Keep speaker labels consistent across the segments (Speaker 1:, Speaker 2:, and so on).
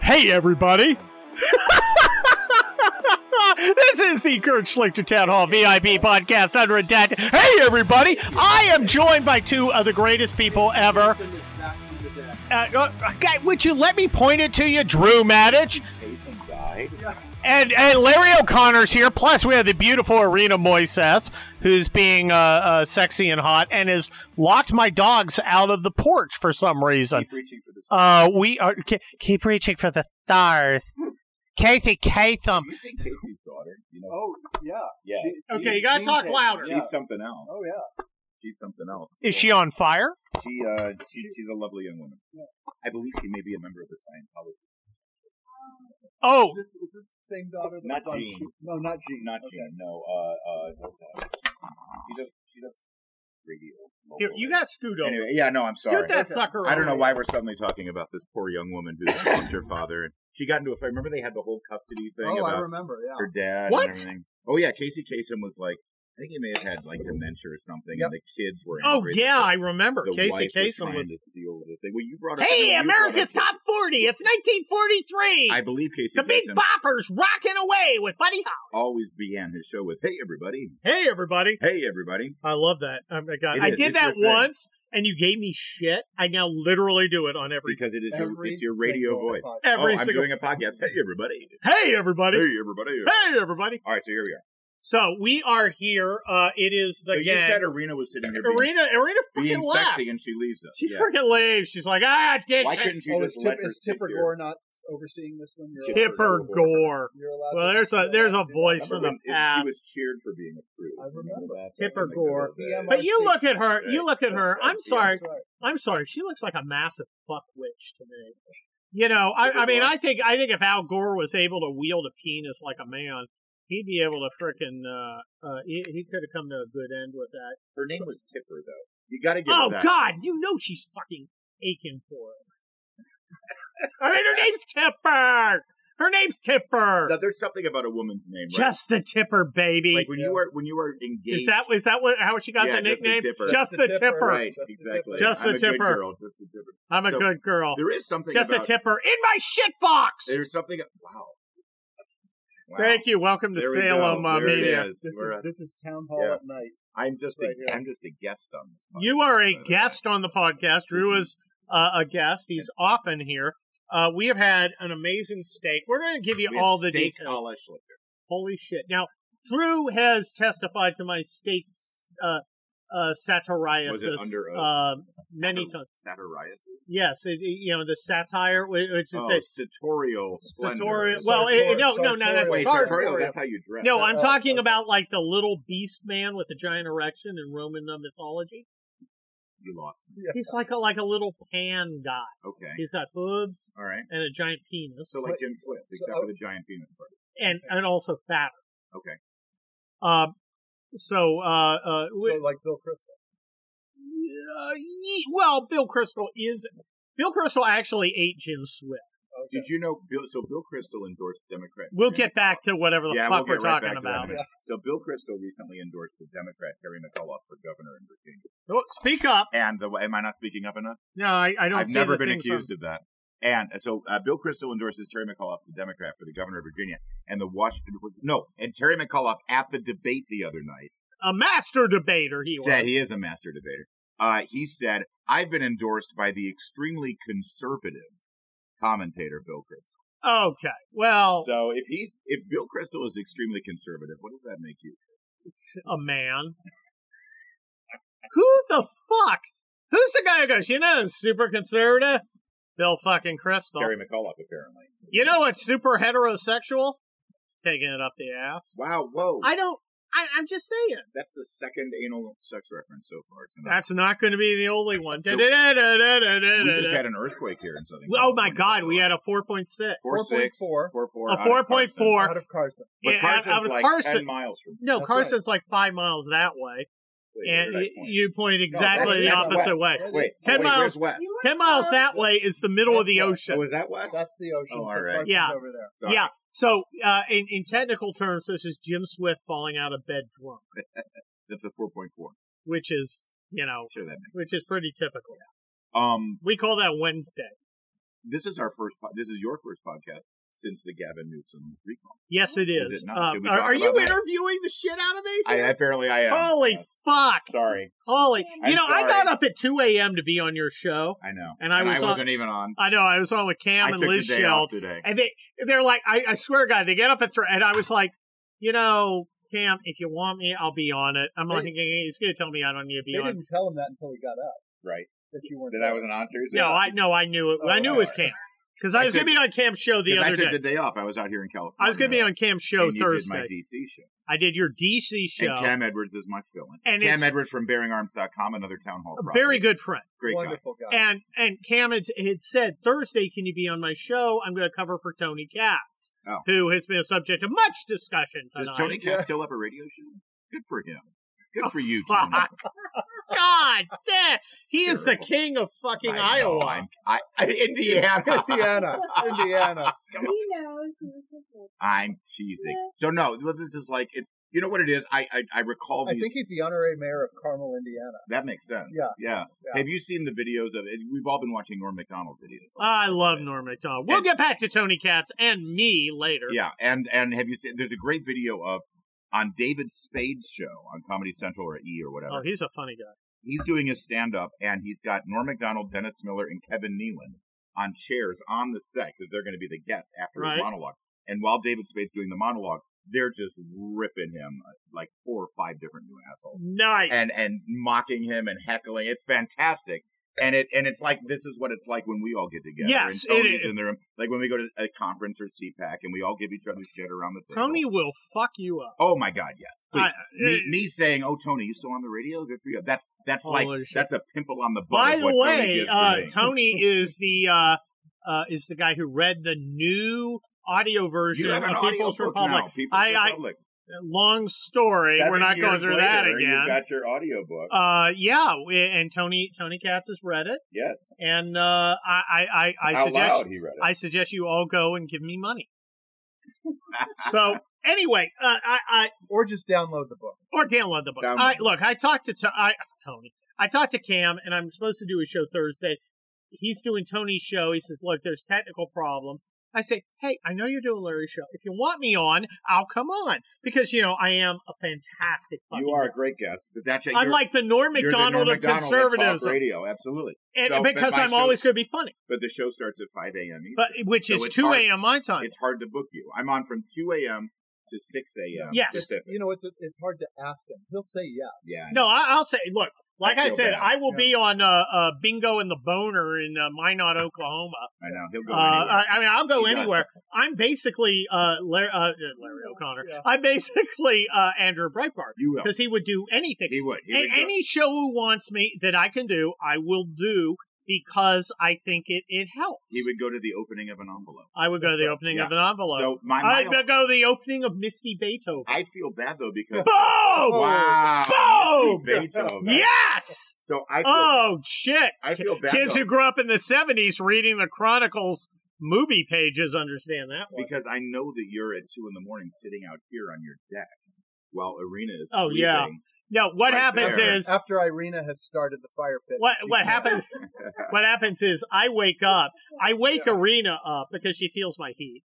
Speaker 1: Hey, everybody! this is the Kurt Schlichter Town Hall VIP podcast under unredacted. Hey, everybody! I am joined by two of the greatest people ever. Uh, uh, guy, would you let me point it to you, Drew Maddich? And, and Larry O'Connor's here. Plus, we have the beautiful Arena Moises, who's being uh, uh, sexy and hot, and has locked my dogs out of the porch for some reason. Uh, we are ke- keep reaching for the stars. Kathy Katham.
Speaker 2: You think Casey's daughter? You know? Oh yeah, yeah.
Speaker 1: Okay, you gotta talk louder.
Speaker 2: She's something else. Oh yeah, she's something else.
Speaker 1: Is she on fire?
Speaker 2: She uh, she, she's a lovely young woman. I believe she may be a member of the Scientology.
Speaker 1: Oh,
Speaker 3: Is this, is this the same daughter that
Speaker 2: Not
Speaker 3: was on
Speaker 2: Jean.
Speaker 3: Q- No, Oh, not Jean.
Speaker 2: Not
Speaker 3: Okay.
Speaker 2: Jean. No. Uh, uh, uh, she does. She does radio.
Speaker 1: here,
Speaker 2: local
Speaker 1: you
Speaker 2: radio.
Speaker 1: got scoot over.
Speaker 2: Oh, Anyway, yeah. No, I'm sorry.
Speaker 1: Scoot that sucker.
Speaker 2: I don't know
Speaker 1: over.
Speaker 2: why we're suddenly talking about this poor young woman who lost her father. And she got into a fight. Remember they had the whole custody thing
Speaker 3: Oh, I
Speaker 2: about
Speaker 3: remember. Yeah.
Speaker 2: her dad
Speaker 1: What?
Speaker 2: and everything. Oh yeah, Casey Kasem was like, I think he may have had like dementia or something,
Speaker 3: Yep.
Speaker 2: and the kids were.
Speaker 1: Oh
Speaker 2: angry that
Speaker 1: yeah, I
Speaker 2: the-
Speaker 1: remember.
Speaker 2: the
Speaker 1: Casey
Speaker 2: wife was
Speaker 1: Kasem
Speaker 2: trying
Speaker 1: was.
Speaker 2: to steal the thing. Well, you brought up.
Speaker 1: Hey,
Speaker 2: you brought
Speaker 1: America's
Speaker 2: up-
Speaker 1: Top 40. It's 1943.
Speaker 2: I believe Casey
Speaker 1: the Big
Speaker 2: Kasem
Speaker 1: Bopper's rocking away with Buddy Holly.
Speaker 2: always began his show with "Hey everybody,
Speaker 1: Hey, everybody.
Speaker 2: hey everybody."
Speaker 1: I love that. Oh my God.
Speaker 2: It
Speaker 1: I
Speaker 2: is.
Speaker 1: did
Speaker 2: It's
Speaker 1: that
Speaker 2: your thing.
Speaker 1: once, and you gave me shit. I now literally do it on every
Speaker 2: Because it is your, it's your radio
Speaker 3: single
Speaker 2: voice.
Speaker 3: podcast.
Speaker 1: every
Speaker 2: oh, I'm
Speaker 1: single.
Speaker 2: doing a podcast. Hey everybody,
Speaker 1: hey, everybody.
Speaker 2: hey everybody.
Speaker 1: Hey, everybody.
Speaker 2: All right, so here we are.
Speaker 1: So we are here. Uh, it is the
Speaker 2: so you
Speaker 1: gang.
Speaker 2: said Arena was sitting here
Speaker 1: Arena, Arena
Speaker 2: being,
Speaker 1: freaking
Speaker 2: being
Speaker 1: left.
Speaker 2: sexy, and she leaves us.
Speaker 1: She
Speaker 2: yeah.
Speaker 1: freaking leaves. She's like, ah, did
Speaker 2: Why couldn't you
Speaker 3: Oh, is,
Speaker 2: just
Speaker 3: Tip,
Speaker 2: let her
Speaker 3: is
Speaker 2: sit
Speaker 3: Tipper
Speaker 2: here?
Speaker 3: Gore not overseeing this one? You're allowed-
Speaker 1: Tipper Gore.
Speaker 3: You're allowed
Speaker 1: Well,
Speaker 3: to-
Speaker 1: there's a there's a voice
Speaker 2: Remember
Speaker 1: from
Speaker 2: when
Speaker 1: the
Speaker 2: it-
Speaker 1: past.
Speaker 2: She was cheered for being a prude.
Speaker 3: I remember.
Speaker 2: that?
Speaker 1: Tipper
Speaker 2: In the
Speaker 1: Gore.
Speaker 2: middle of the-
Speaker 3: Yeah, my-
Speaker 1: But you look at her. You look at her. I'm
Speaker 2: Yeah.
Speaker 1: sorry.
Speaker 3: That's right.
Speaker 1: I'm sorry. She looks like a massive fuck witch to me. You know, I, I mean, I think I think if Al Gore was able to wield a penis like a man, he'd be able to frickin' uh, uh, he, he could have come to a good end with that.
Speaker 2: Her name was Tipper, though. You got to give
Speaker 1: Oh
Speaker 2: her that.
Speaker 1: God, you know she's fucking aching for it. I mean, her name's Tipper. Her name's Tipper.
Speaker 2: Now, there's something about a woman's name, right?
Speaker 1: Just the Tipper, baby.
Speaker 2: like when you
Speaker 3: Yeah.
Speaker 2: are when you are engaged.
Speaker 1: is that is that what how she got
Speaker 2: Yeah,
Speaker 1: the
Speaker 2: just the
Speaker 1: nickname?
Speaker 2: Tipper.
Speaker 1: Just the,
Speaker 3: The
Speaker 1: tipper.
Speaker 3: Tipper.
Speaker 2: right?
Speaker 3: Just the
Speaker 2: Exactly.
Speaker 3: Tipper.
Speaker 1: Just the
Speaker 2: I'm a good
Speaker 1: Tipper.
Speaker 2: girl, just the Tipper.
Speaker 1: I'm a
Speaker 2: So,
Speaker 1: good girl.
Speaker 2: There is something
Speaker 1: Just
Speaker 2: about.
Speaker 1: a Tipper in my shit box.
Speaker 2: There's something. Wow. wow.
Speaker 1: Thank you. Welcome to
Speaker 2: There we
Speaker 1: Salem
Speaker 2: go.
Speaker 1: uh,
Speaker 2: There it
Speaker 1: Media.
Speaker 2: is.
Speaker 3: This
Speaker 2: We're
Speaker 3: is
Speaker 2: at-
Speaker 3: this is town hall
Speaker 2: Yeah.
Speaker 3: at night.
Speaker 2: I'm just
Speaker 3: Right here.
Speaker 2: a, I'm just a guest on this. podcast.
Speaker 1: You are a
Speaker 2: By the way.
Speaker 1: guest on the podcast. Drew
Speaker 2: Mm-hmm.
Speaker 1: is uh, a guest. He's often here. Uh, we have had an amazing steak. We're going to give you
Speaker 2: We had
Speaker 1: all the
Speaker 2: steak
Speaker 1: details.
Speaker 2: a la Schlichter.
Speaker 1: Holy shit! Now, Drew has testified to my steak uh, uh, satiriasis
Speaker 2: Was it under oath?
Speaker 1: um, many
Speaker 2: Satir-
Speaker 1: times.
Speaker 2: Satiriasis.
Speaker 1: Yes, it, it- you know the satire, which which is
Speaker 2: Oh,
Speaker 1: that
Speaker 2: sartorial splendor.
Speaker 1: satori- Well, it,
Speaker 3: Sartorial.
Speaker 1: it- no, no, no, that's
Speaker 2: Wait,
Speaker 3: Sartorial.
Speaker 2: sartorial. That's how you dress.
Speaker 1: No, I'm
Speaker 3: Oh,
Speaker 1: talking
Speaker 3: okay.
Speaker 1: about like the little beast man with the giant erection in Roman mythology.
Speaker 2: you lost. me.
Speaker 1: He's like a like a little pan guy.
Speaker 2: Okay.
Speaker 1: He's got hooves
Speaker 2: All right.
Speaker 1: and a giant penis,
Speaker 2: So like Jim Swift, except for the giant penis part.
Speaker 1: and and also fatter.
Speaker 2: Okay.
Speaker 1: Um. So, uh, uh,
Speaker 3: So
Speaker 1: wi-
Speaker 3: like Bill Crystal.
Speaker 1: uh, ye- well, Bill Crystal is Bill Crystal actually ate Jim Swift.
Speaker 3: Oh,
Speaker 2: Did you know Bill? So Bill Crystal endorsed Democrat.
Speaker 1: We'll get back to whatever the
Speaker 2: yeah,
Speaker 1: fuck
Speaker 2: we'll
Speaker 1: are
Speaker 2: get right
Speaker 1: talking
Speaker 2: back to that
Speaker 1: about.
Speaker 2: in a minute. So Bill Crystal recently endorsed the Democrat Terry McAuliffe for governor in Virginia.
Speaker 1: Oh, speak up.
Speaker 2: And the, am I not speaking up enough?
Speaker 1: No, I, I don't.
Speaker 2: I've
Speaker 1: see
Speaker 2: never
Speaker 1: the
Speaker 2: been
Speaker 1: things
Speaker 2: accused of that. And uh, so uh, Bill Crystal endorses Terry McAuliffe, the Democrat, for the governor of Virginia, and the Washington was no, and Terry McAuliffe at the debate the other night
Speaker 1: on- A master debater, he
Speaker 2: said
Speaker 1: was.
Speaker 2: he is a master debater. Uh, he said, "I've been endorsed by the extremely conservative commentator Bill Crystal."
Speaker 1: okay. Well,
Speaker 2: So if he's if Bill Crystal is extremely conservative, what does that make you?
Speaker 1: a man. Who the fuck? Who's the guy who goes, you know, who's super conservative? Bill fucking Crystal.
Speaker 2: Terry McAuliffe, apparently.
Speaker 1: You know what's super heterosexual? Taking it up the ass.
Speaker 2: Wow, whoa,
Speaker 1: I don't, I, I'm just saying.
Speaker 2: that's the second anal sex reference so far tonight.
Speaker 1: That's not going to be the only one.
Speaker 2: So- we just
Speaker 1: Da-da-da-da-da-da-da.
Speaker 2: had an earthquake here in Southern.
Speaker 1: Oh my god, we had a 4.6.
Speaker 2: four six
Speaker 3: four.
Speaker 2: four four
Speaker 1: A
Speaker 2: out
Speaker 1: 4.4.
Speaker 2: of Carson.
Speaker 3: Out of Carson. Oh,
Speaker 2: But
Speaker 1: Yeah,
Speaker 2: Carson's
Speaker 1: out of
Speaker 2: like
Speaker 1: Carson.
Speaker 2: ten miles from.
Speaker 1: No,
Speaker 3: That's
Speaker 1: Carson's like five miles that way.
Speaker 2: Wait,
Speaker 1: And
Speaker 2: where's
Speaker 1: y-
Speaker 2: that point?
Speaker 1: you pointed exactly
Speaker 2: that's-
Speaker 1: the
Speaker 2: that's
Speaker 1: opposite way.
Speaker 3: That is-
Speaker 2: wait,
Speaker 1: ten
Speaker 2: oh, wait,
Speaker 1: miles-
Speaker 2: where's west.
Speaker 1: 10 miles that way is the middle of the
Speaker 3: That's
Speaker 1: ocean.
Speaker 3: right.
Speaker 2: Oh, is that west?
Speaker 3: That's the ocean.
Speaker 2: Oh,
Speaker 3: so
Speaker 2: all right.
Speaker 3: Carson's
Speaker 1: Yeah.
Speaker 3: Over there.
Speaker 2: Sorry.
Speaker 1: Yeah. So, uh, in, in technical terms, this is Jim Swift falling out of bed drunk,
Speaker 2: that's a four point four.
Speaker 1: which is, you know,
Speaker 2: Sure, that makes.
Speaker 1: which is pretty typical.
Speaker 2: Um,
Speaker 1: We call that Wednesday.
Speaker 2: This is our first. Po- this is your first podcast since the Gavin Newsom recall.
Speaker 1: Yes, it is.
Speaker 2: Is it not?
Speaker 1: Uh,
Speaker 2: Should we
Speaker 1: are,
Speaker 2: talk
Speaker 1: are you
Speaker 2: about that?
Speaker 1: interviewing the shit out of me?
Speaker 2: I apparently I am.
Speaker 1: Holy
Speaker 2: Uh,
Speaker 1: fuck!
Speaker 2: sorry,
Speaker 1: Holy,
Speaker 2: I'm
Speaker 1: you know, I
Speaker 2: sorry.
Speaker 1: got up at 2 a.m. to be on your show.
Speaker 2: I know.
Speaker 1: And I was on-
Speaker 2: not even on.
Speaker 1: I know I was on with Cam
Speaker 2: I
Speaker 1: and
Speaker 2: took
Speaker 1: Liz
Speaker 2: the day
Speaker 1: Shell,
Speaker 2: off today.
Speaker 1: and they they're like, I, I swear, to God, they get up at three, and I was like, you know, Cam, if you want me, I'll be on it. I'm like,
Speaker 3: They-
Speaker 1: he's gonna tell me I don't need to be
Speaker 3: They
Speaker 1: on.
Speaker 3: didn't tell him that until he got up.
Speaker 2: Right.
Speaker 3: That you weren't.
Speaker 2: That I wasn't on seriously.
Speaker 1: No, I no, I knew it.
Speaker 3: Oh,
Speaker 1: I knew it was Cam because I
Speaker 2: I
Speaker 1: was
Speaker 2: took-
Speaker 1: gonna be on Cam's show the
Speaker 2: 'Cause I
Speaker 1: other
Speaker 2: took
Speaker 1: day.
Speaker 2: the day off. I was out here in California.
Speaker 1: I was gonna be on Cam's show
Speaker 2: and you
Speaker 1: Thursday.
Speaker 2: Did my DC show.
Speaker 1: I did your DC show.
Speaker 2: And Cam Edwards is my fill-in.
Speaker 1: And
Speaker 2: Cam
Speaker 1: it's-
Speaker 2: Edwards from BearingArms.com, another town hall.
Speaker 1: a
Speaker 2: property.
Speaker 1: very good friend.
Speaker 2: great guy.
Speaker 3: Wonderful guy.
Speaker 1: And and Cam had, had said Thursday, can you be on my show? I'm going to cover for Tony Katz,
Speaker 2: Oh.
Speaker 1: who has been a subject of much discussion
Speaker 2: Does
Speaker 1: tonight.
Speaker 2: Tony Katz still have a radio show? Good for him. Good for you,
Speaker 1: Oh, fuck.
Speaker 2: Tony.
Speaker 1: God damn, he is the
Speaker 2: Terrible.
Speaker 1: king of fucking
Speaker 2: I know,
Speaker 1: Iowa.
Speaker 2: I'm- I, I, Indiana.
Speaker 3: Indiana, Indiana.
Speaker 4: He knows he was just like,
Speaker 2: I'm teasing. So no, well, this is like it. You know what it is? I I, I recall
Speaker 3: I
Speaker 2: these.
Speaker 3: think he's the honorary mayor of Carmel, Indiana.
Speaker 2: that makes sense.
Speaker 3: Yeah.
Speaker 2: yeah.
Speaker 3: Yeah.
Speaker 2: Have you seen the videos of it? We've all been watching Norm Macdonald videos.
Speaker 1: I love Norm Macdonald. We'll
Speaker 2: And-
Speaker 1: get back to Tony Katz and me later.
Speaker 2: Yeah, and and have you seen? There's a great video of on David Spade's show on Comedy Central or E or whatever.
Speaker 1: Oh, he's a funny guy.
Speaker 2: he's doing his stand up and he's got Norm Macdonald, Dennis Miller, and Kevin Nealon on chairs on the set because they're going to be the guests after
Speaker 1: Right.
Speaker 2: his monologue. And while David Spade's doing the monologue, they're just ripping him uh, like four or five different new assholes
Speaker 1: Nice.
Speaker 2: and and mocking him and heckling. It's fantastic. And it and it's like this is what it's like when we all get together.
Speaker 1: Yes, it
Speaker 2: and Tony's
Speaker 1: is.
Speaker 2: in the room, like when we go to a conference or CPAC, and we all give each other shit around the table.
Speaker 1: Tony will fuck you up.
Speaker 2: oh my God, yes. Please,
Speaker 1: I- uh,
Speaker 2: me, me saying, "Oh, Tony, you still on the radio? Good for you." That's that's
Speaker 1: Holy
Speaker 2: like
Speaker 1: shit.
Speaker 2: that's a pimple on the butt.
Speaker 1: By
Speaker 2: of
Speaker 1: the
Speaker 2: what Tony,
Speaker 1: way,
Speaker 2: did for
Speaker 1: uh,
Speaker 2: me.
Speaker 1: Tony is the uh, uh, is the guy who read the new audio version
Speaker 2: you have an
Speaker 1: of
Speaker 2: audio
Speaker 1: uh, People's
Speaker 2: book
Speaker 1: Republic.
Speaker 2: now, People's
Speaker 1: I- I-
Speaker 2: Republic.
Speaker 1: Long story.
Speaker 2: Seven
Speaker 1: We're not
Speaker 2: years
Speaker 1: going through that
Speaker 2: later,
Speaker 1: again.
Speaker 2: You got your audio book.
Speaker 1: uh, yeah, we- and Tony Tony Katz has read it,
Speaker 2: yes,
Speaker 1: and uh, I I I, I
Speaker 2: out
Speaker 1: suggest
Speaker 2: loud he read it.
Speaker 1: I suggest you all go and give me money. so anyway, uh, I, I
Speaker 3: Or just download the book.
Speaker 1: or download the book.
Speaker 2: Download.
Speaker 1: I, look, I talked to, to I, Tony. I talked to Cam, and I'm supposed to do a show Thursday. He's doing Tony's show. He says, "Look, there's technical problems." I say, "Hey, I know you're doing Larry's show. If you want me on, I'll come on because you know I am a fantastic. Fucking
Speaker 2: you are a great guest, but that's
Speaker 1: I'm
Speaker 2: you're-
Speaker 1: like the Norm
Speaker 2: you're the
Speaker 1: Macdonald
Speaker 2: Norm
Speaker 1: of
Speaker 2: Macdonald of
Speaker 1: conservatism,
Speaker 2: talk radio, absolutely.
Speaker 1: and
Speaker 2: So, but
Speaker 1: because
Speaker 2: my
Speaker 1: I'm
Speaker 2: show-
Speaker 1: always going to be funny,
Speaker 2: But the show starts at five a.m. Eastern.
Speaker 1: but which
Speaker 2: So
Speaker 1: is
Speaker 2: it's
Speaker 1: 2
Speaker 2: hard.
Speaker 1: a.m. my time.
Speaker 2: it's hard to book you. I'm on from two a.m. to six a.m.
Speaker 1: Yes.
Speaker 3: It's,
Speaker 2: Pacific.
Speaker 3: you know, it's it's hard to ask him. He'll say yes.
Speaker 2: Yeah,
Speaker 1: No, I, I'll say, look, like
Speaker 2: I
Speaker 1: I,
Speaker 2: feel
Speaker 1: said,
Speaker 2: bad.
Speaker 1: I will
Speaker 3: Yeah.
Speaker 1: be on uh, uh, Bingo and the Boner in uh, Minot, Oklahoma.
Speaker 2: I know. He'll
Speaker 1: Uh,
Speaker 2: go anywhere.
Speaker 1: I, I mean, I'll go
Speaker 2: He does.
Speaker 1: anywhere. I'm basically uh, Larry, uh, Larry O'Connor.
Speaker 3: Yeah.
Speaker 1: I'm basically uh, Andrew Breitbart
Speaker 2: you will.
Speaker 1: because he would do anything.
Speaker 2: He would. He
Speaker 1: and
Speaker 2: would go.
Speaker 1: any show who wants me that I can do, I will do because I think it, it helps.
Speaker 2: he would go to the opening of an envelope.
Speaker 1: I would go to the opening
Speaker 2: Yeah.
Speaker 1: of an envelope.
Speaker 2: So my, my
Speaker 1: I'd go to the opening of Misty Beethoven.
Speaker 2: I feel bad though because
Speaker 1: Boom!
Speaker 2: wow,
Speaker 1: Boom!
Speaker 2: Mr. Beethoven.
Speaker 1: Yes!
Speaker 2: So I feel,
Speaker 1: Oh, shit.
Speaker 2: I feel bad
Speaker 1: Kids
Speaker 2: though,
Speaker 1: who grew up in the 70s reading the Chronicles movie pages understand that one.
Speaker 2: because I know that you're at two in the morning sitting out here on your deck while Arena is
Speaker 1: Oh,
Speaker 2: sleeping.
Speaker 1: yeah. No, what
Speaker 2: Right
Speaker 1: happens
Speaker 2: there.
Speaker 1: is
Speaker 3: After Irina has started the fire pit.
Speaker 1: what
Speaker 3: she
Speaker 1: what
Speaker 3: can-
Speaker 1: happens what happens is I wake up. I wake Arena up because she feels my heat.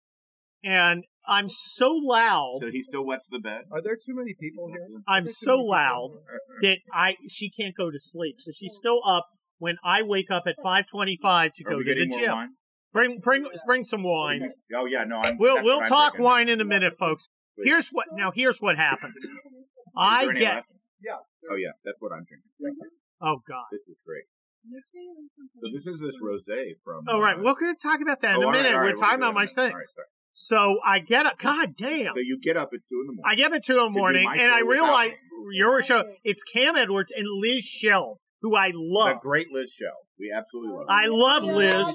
Speaker 1: And I'm so loud
Speaker 2: So he still wets the bed.
Speaker 3: Are there too many people here?
Speaker 1: I'm
Speaker 3: Are there too
Speaker 1: so
Speaker 3: many people
Speaker 1: loud.
Speaker 3: here?
Speaker 1: that I she can't go to sleep. So she's still up when I wake up at 5:25 to
Speaker 2: Are
Speaker 1: go
Speaker 2: we
Speaker 1: to
Speaker 2: getting
Speaker 1: the
Speaker 2: more
Speaker 1: gym.
Speaker 2: wine?
Speaker 1: Bring bring bring some wines.
Speaker 2: Oh yeah, no. I'm,
Speaker 1: We'll
Speaker 2: that's
Speaker 1: we'll
Speaker 2: what I'm
Speaker 1: talk
Speaker 2: drinking.
Speaker 1: wine in a minute, folks. Here's what now here's what happens. I
Speaker 2: Is there any
Speaker 1: get
Speaker 2: left? Oh yeah, that's what I'm drinking.
Speaker 1: Oh god.
Speaker 2: This is great.
Speaker 4: "You're feeling something."
Speaker 2: So this is this rosé from.
Speaker 1: All right,
Speaker 2: uh,
Speaker 1: we're going to talk about that in
Speaker 2: oh,
Speaker 1: a
Speaker 2: all right,
Speaker 1: minute.
Speaker 2: all
Speaker 1: We're
Speaker 2: right,
Speaker 1: talking
Speaker 2: we'll
Speaker 1: about my
Speaker 2: do that
Speaker 1: thing.
Speaker 2: in a minute. All right, sorry.
Speaker 1: So I get up. God damn.
Speaker 2: So you get up at two in the morning.
Speaker 1: I get up at two in the
Speaker 2: do
Speaker 1: morning,
Speaker 2: my
Speaker 1: and I
Speaker 2: show without
Speaker 1: realize your
Speaker 4: Okay.
Speaker 1: show. It's Cam Edwards and Liz Shell, who I love.
Speaker 2: the great Liz show. We absolutely love.
Speaker 1: I
Speaker 2: it.
Speaker 1: love
Speaker 4: Yeah,
Speaker 1: Liz.
Speaker 4: I love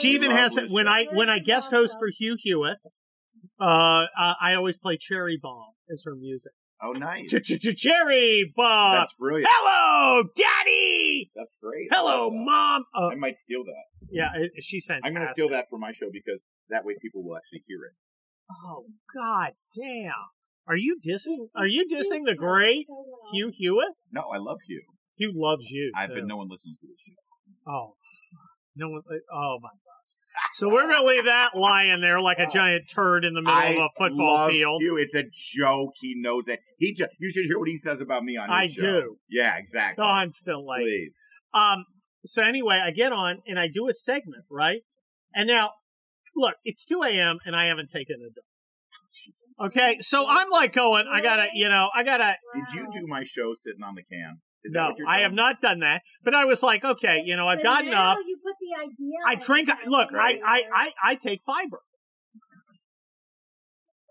Speaker 1: She
Speaker 4: Liz.
Speaker 1: even
Speaker 2: love
Speaker 1: has
Speaker 2: Liz
Speaker 1: when
Speaker 2: Shell.
Speaker 1: I when I guest host for Hugh Hewitt. Uh, I I always play Cherry Bomb as her music.
Speaker 2: Oh, nice.
Speaker 1: Cherry Bomb.
Speaker 2: That's brilliant.
Speaker 1: Hello, Daddy.
Speaker 2: That's great.
Speaker 1: Hello,
Speaker 2: Yeah.
Speaker 1: Mom. Uh,
Speaker 2: I might steal that.
Speaker 1: yeah, it- she's fantastic.
Speaker 2: I'm going to steal that for my show because that way people will actually hear it.
Speaker 1: Oh God damn! Are you dissing? Are you dissing the great Hugh Hewitt?
Speaker 2: No, I love you.
Speaker 1: Hugh loves you.
Speaker 2: I
Speaker 1: too.
Speaker 2: but no one listens to this show.
Speaker 1: Oh, no one. Oh my gosh. So we're gonna leave that lying in there like a giant turd in the middle
Speaker 2: I
Speaker 1: of a football
Speaker 2: love
Speaker 1: field.
Speaker 2: You. It's a joke. He knows it. He ju- you should hear what he says about me on
Speaker 1: I
Speaker 2: his show.
Speaker 1: do.
Speaker 2: Yeah, exactly.
Speaker 1: Constantly.
Speaker 2: Please.
Speaker 1: Um, so anyway, I get on and I do a segment, right? And now, look, it's 2 a.m. and I haven't taken a dump. Okay, so I'm like going, I gotta, you know, I gotta,
Speaker 2: Did you do my show sitting on the can? Is that
Speaker 1: no,
Speaker 2: what you're
Speaker 1: I have
Speaker 2: telling me?
Speaker 1: not done that. But I was like, okay, you know, I've
Speaker 4: But
Speaker 1: gotten
Speaker 4: now
Speaker 1: up.
Speaker 4: You put the idea.
Speaker 1: I
Speaker 4: out
Speaker 1: drink,
Speaker 4: there.
Speaker 1: look, I, I, I, I take fiber.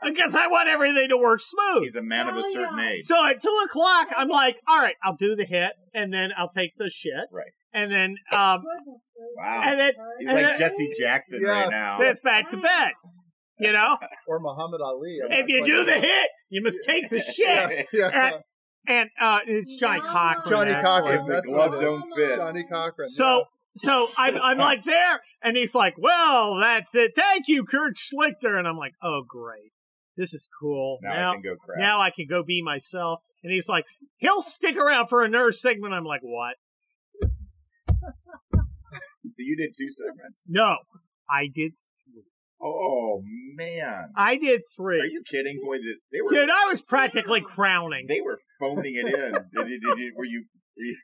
Speaker 1: Because I want everything to work smooth.
Speaker 2: He's a man of a
Speaker 4: Oh,
Speaker 2: certain
Speaker 4: yeah.
Speaker 2: age.
Speaker 1: So at two o'clock, I'm like, all right, I'll do the hit, and then I'll take the shit,
Speaker 2: Right.
Speaker 1: and then um,
Speaker 4: Goodness gracious.
Speaker 2: Wow.
Speaker 1: and then
Speaker 2: He's
Speaker 1: and
Speaker 2: like
Speaker 1: then-
Speaker 2: Jesse Jackson
Speaker 3: Yeah.
Speaker 2: right now.
Speaker 1: then it's back to bed. You know,
Speaker 3: Or Muhammad Ali. I'm
Speaker 1: if
Speaker 3: not
Speaker 1: you
Speaker 3: quite
Speaker 1: do
Speaker 3: sure.
Speaker 1: the hit, you must take the
Speaker 3: Yeah,
Speaker 1: shit.
Speaker 3: yeah.
Speaker 1: And- And uh, it's Johnny
Speaker 4: Yeah.
Speaker 1: Cochran.
Speaker 3: Johnny Cochran,
Speaker 2: If
Speaker 1: actually.
Speaker 2: the
Speaker 3: that's
Speaker 2: glove
Speaker 3: what it is.
Speaker 2: don't fit.
Speaker 3: Johnny Cochran.
Speaker 1: So so I'm I'm like there, and he's like, well, that's it. Thank you, Kurt Schlichter, and I'm like, oh great, this is cool.
Speaker 2: Now
Speaker 1: now
Speaker 2: I can go crap.
Speaker 1: now I can go be myself. And he's like, he'll stick around for a nurse segment. I'm like, what?
Speaker 2: So you did two segments.
Speaker 1: No, I did
Speaker 2: Oh man,
Speaker 1: I did
Speaker 2: are
Speaker 1: three.
Speaker 2: you kidding? Boy, th- they were
Speaker 1: Dude, I was practically crowning.
Speaker 2: they were phoning it in. did, did, did, were you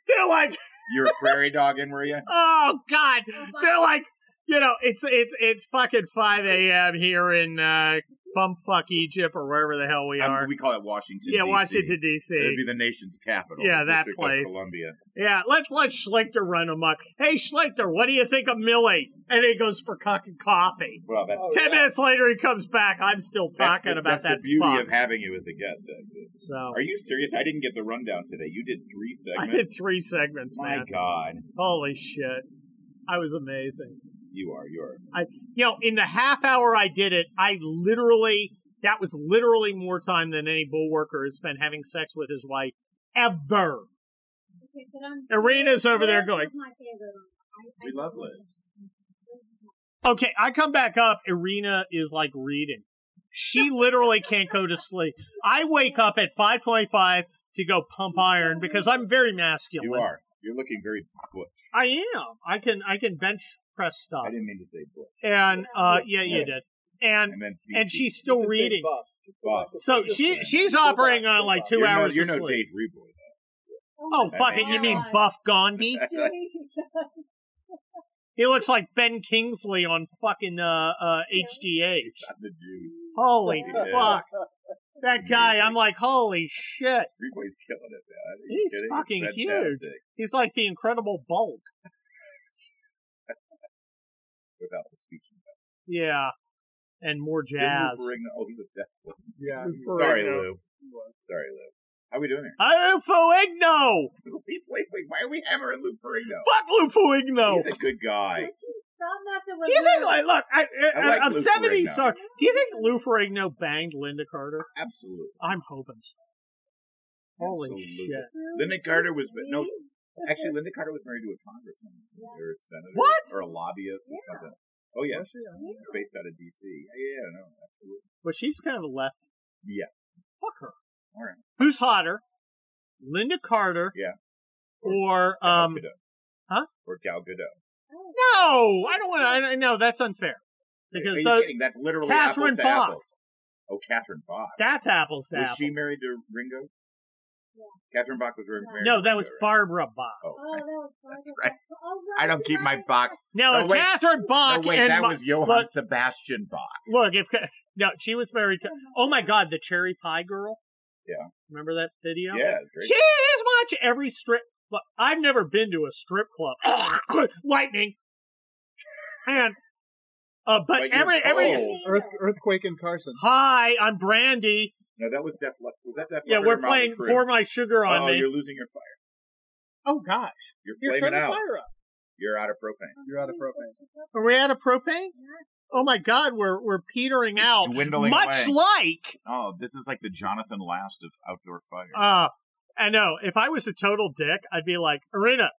Speaker 1: They're like,
Speaker 2: you're a prairie dogging? Were you?
Speaker 1: oh god.
Speaker 4: Oh, my
Speaker 1: They're like, you know, it's it's it's fucking five a.m. here in uh, bumfuck Egypt or wherever the hell we
Speaker 2: Um,
Speaker 1: are.
Speaker 2: we call it Washington.
Speaker 1: yeah,
Speaker 2: DC.
Speaker 1: Washington D.C.
Speaker 2: It'd be the nation's capital.
Speaker 1: Yeah,
Speaker 2: the
Speaker 1: that
Speaker 2: District
Speaker 1: place.
Speaker 2: Of Columbia.
Speaker 1: Yeah, let's let Schlichter run amok. Hey Schlichter, what do you think of Millie? And he goes for fucking coffee.
Speaker 2: Well, that's
Speaker 3: Oh,
Speaker 1: Ten
Speaker 3: yeah.
Speaker 1: minutes later, he comes back. I'm still
Speaker 2: that's
Speaker 1: talking
Speaker 2: the,
Speaker 1: about that
Speaker 2: that's the beauty
Speaker 1: fuck.
Speaker 2: of having you as a guest. actually.
Speaker 1: so
Speaker 2: Are you serious? I didn't get the rundown today. You did three
Speaker 1: I
Speaker 2: segments.
Speaker 1: did three segments,
Speaker 2: My
Speaker 1: man.
Speaker 2: God,
Speaker 1: Holy shit, I was amazing.
Speaker 2: you are you are.
Speaker 1: you know, in the half hour I did it, I literally that was literally more time than any bull worker has spent having sex with his wife ever.
Speaker 4: Okay, but I'm-
Speaker 1: Arena's over there
Speaker 4: Liz
Speaker 1: going-
Speaker 4: is my favorite one. I-
Speaker 2: We
Speaker 4: I-
Speaker 2: love Liz.
Speaker 1: Okay, I come back up, Irina is like reading. She literally can't go to sleep. I wake up at five twenty five to go pump iron because I'm very masculine.
Speaker 2: You are. You're looking very butch.
Speaker 1: I am. I can I can bench press stuff.
Speaker 2: I didn't mean to say butch.
Speaker 1: And uh yeah, you
Speaker 2: Yes.
Speaker 1: did. And
Speaker 2: I meant
Speaker 1: and
Speaker 2: beefy.
Speaker 1: she's still reading.
Speaker 2: Buff.
Speaker 1: So she she's operating on like two
Speaker 2: you're
Speaker 1: hours
Speaker 2: No, you're
Speaker 1: of
Speaker 2: no
Speaker 1: sleep.
Speaker 2: Dave Reboy.
Speaker 1: Oh,
Speaker 2: I
Speaker 1: fuck it.
Speaker 2: think
Speaker 1: You
Speaker 2: so.
Speaker 1: mean Buff Gandhi? He looks like Ben Kingsley on fucking uh, uh, HGH.
Speaker 2: Not the Jews.
Speaker 1: Holy
Speaker 2: Yeah.
Speaker 1: fuck. That guy, I'm like, holy shit.
Speaker 2: Reboy's killing it, man. Are you
Speaker 1: He's
Speaker 2: kidding?
Speaker 1: fucking
Speaker 2: fantastic
Speaker 1: He's like the incredible bulk.
Speaker 2: Without the speech.
Speaker 1: Yeah. And more
Speaker 2: Didn't
Speaker 1: jazz.
Speaker 2: Lou Ferrigno- Oh, he was deaf.
Speaker 3: yeah.
Speaker 2: Sorry,
Speaker 1: Ferrigno.
Speaker 2: Lou. Sorry, Lou. How are we doing
Speaker 1: Oh, Fuigno!
Speaker 2: here? wait, wait, wait. Why are we hammering Lou Ferrigno?
Speaker 1: Fuck Lou Fuigno!
Speaker 2: He's a good guy.
Speaker 1: Do you think, like, look, I, I,
Speaker 2: I like
Speaker 1: I'm
Speaker 2: Lou
Speaker 1: 70,
Speaker 2: Ferrigno.
Speaker 1: so do you think Lou Ferrigno banged Linda Carter?
Speaker 2: Absolutely.
Speaker 1: I'm hoping so. Holy
Speaker 2: Absolutely.
Speaker 1: shit.
Speaker 2: Linda Carter was, but no, actually, Linda Carter was married to a congressman or a senator.
Speaker 1: What?
Speaker 2: Or a lobbyist or
Speaker 4: Yeah.
Speaker 2: something. Oh, yeah.
Speaker 4: Yeah.
Speaker 2: Based out of D.C. Yeah, no, absolutely.
Speaker 1: But she's kind of a left.
Speaker 2: Yeah.
Speaker 1: Fuck her.
Speaker 2: All right.
Speaker 1: Who's hotter, Linda Carter?
Speaker 2: Yeah.
Speaker 1: Or
Speaker 2: Gal
Speaker 1: um?
Speaker 2: Gadot.
Speaker 1: huh?
Speaker 2: Or Gal Gadot.
Speaker 4: Oh.
Speaker 1: No, I don't want to. No, that's unfair.
Speaker 2: Are
Speaker 1: Because
Speaker 2: you
Speaker 1: those,
Speaker 2: kidding? That's literally
Speaker 1: Catherine
Speaker 2: apples to
Speaker 1: Fox.
Speaker 2: apples. Oh, Catherine Bach.
Speaker 1: that's apples to
Speaker 2: was
Speaker 1: apples.
Speaker 2: she married to Ringo?
Speaker 4: Yeah.
Speaker 2: Catherine Bach was married.
Speaker 1: no, that was
Speaker 2: Ringo, right?
Speaker 1: Barbara Bach.
Speaker 2: Oh, okay.
Speaker 4: That's
Speaker 2: right.
Speaker 5: Oh,
Speaker 2: I don't keep my box.
Speaker 1: Now,
Speaker 2: No,
Speaker 1: if
Speaker 2: wait.
Speaker 1: Catherine Bach
Speaker 2: Oh, wait,
Speaker 1: and
Speaker 2: that
Speaker 1: Ma-
Speaker 2: was Johann
Speaker 1: look,
Speaker 2: Sebastian Bach.
Speaker 1: look, if no, she was married to. Oh my God, the Cherry Pie Girl.
Speaker 2: Yeah.
Speaker 1: Remember that video?
Speaker 2: Yeah, it's great.
Speaker 1: She is much every strip. Look, I've never been to a strip club. Lightning. And uh, but,
Speaker 2: But you're
Speaker 1: every every
Speaker 2: told-
Speaker 5: Oh,
Speaker 3: Earth, earthquake in Carson.
Speaker 1: hi, I'm Brandy.
Speaker 2: No, that was Def Leppard. Was that Def
Speaker 1: Yeah,
Speaker 2: Leppard or
Speaker 1: we're
Speaker 2: Motley
Speaker 1: playing
Speaker 2: Crue?
Speaker 1: pour my sugar on
Speaker 2: Oh,
Speaker 1: me.
Speaker 2: you're losing your fire.
Speaker 1: Oh gosh,
Speaker 2: You're,
Speaker 1: you're
Speaker 2: flaming
Speaker 1: turning
Speaker 2: out.
Speaker 1: fire up.
Speaker 2: You're out of propane.
Speaker 3: You're out of propane.
Speaker 1: Are we out of propane? Oh my god, we're we're petering out.
Speaker 2: Dwindling
Speaker 1: Oh, Much
Speaker 2: away.
Speaker 1: like
Speaker 2: oh, this is like the Jonathan Last of outdoor fire.
Speaker 1: uh I know. If I was a total dick, I'd be like, Arena,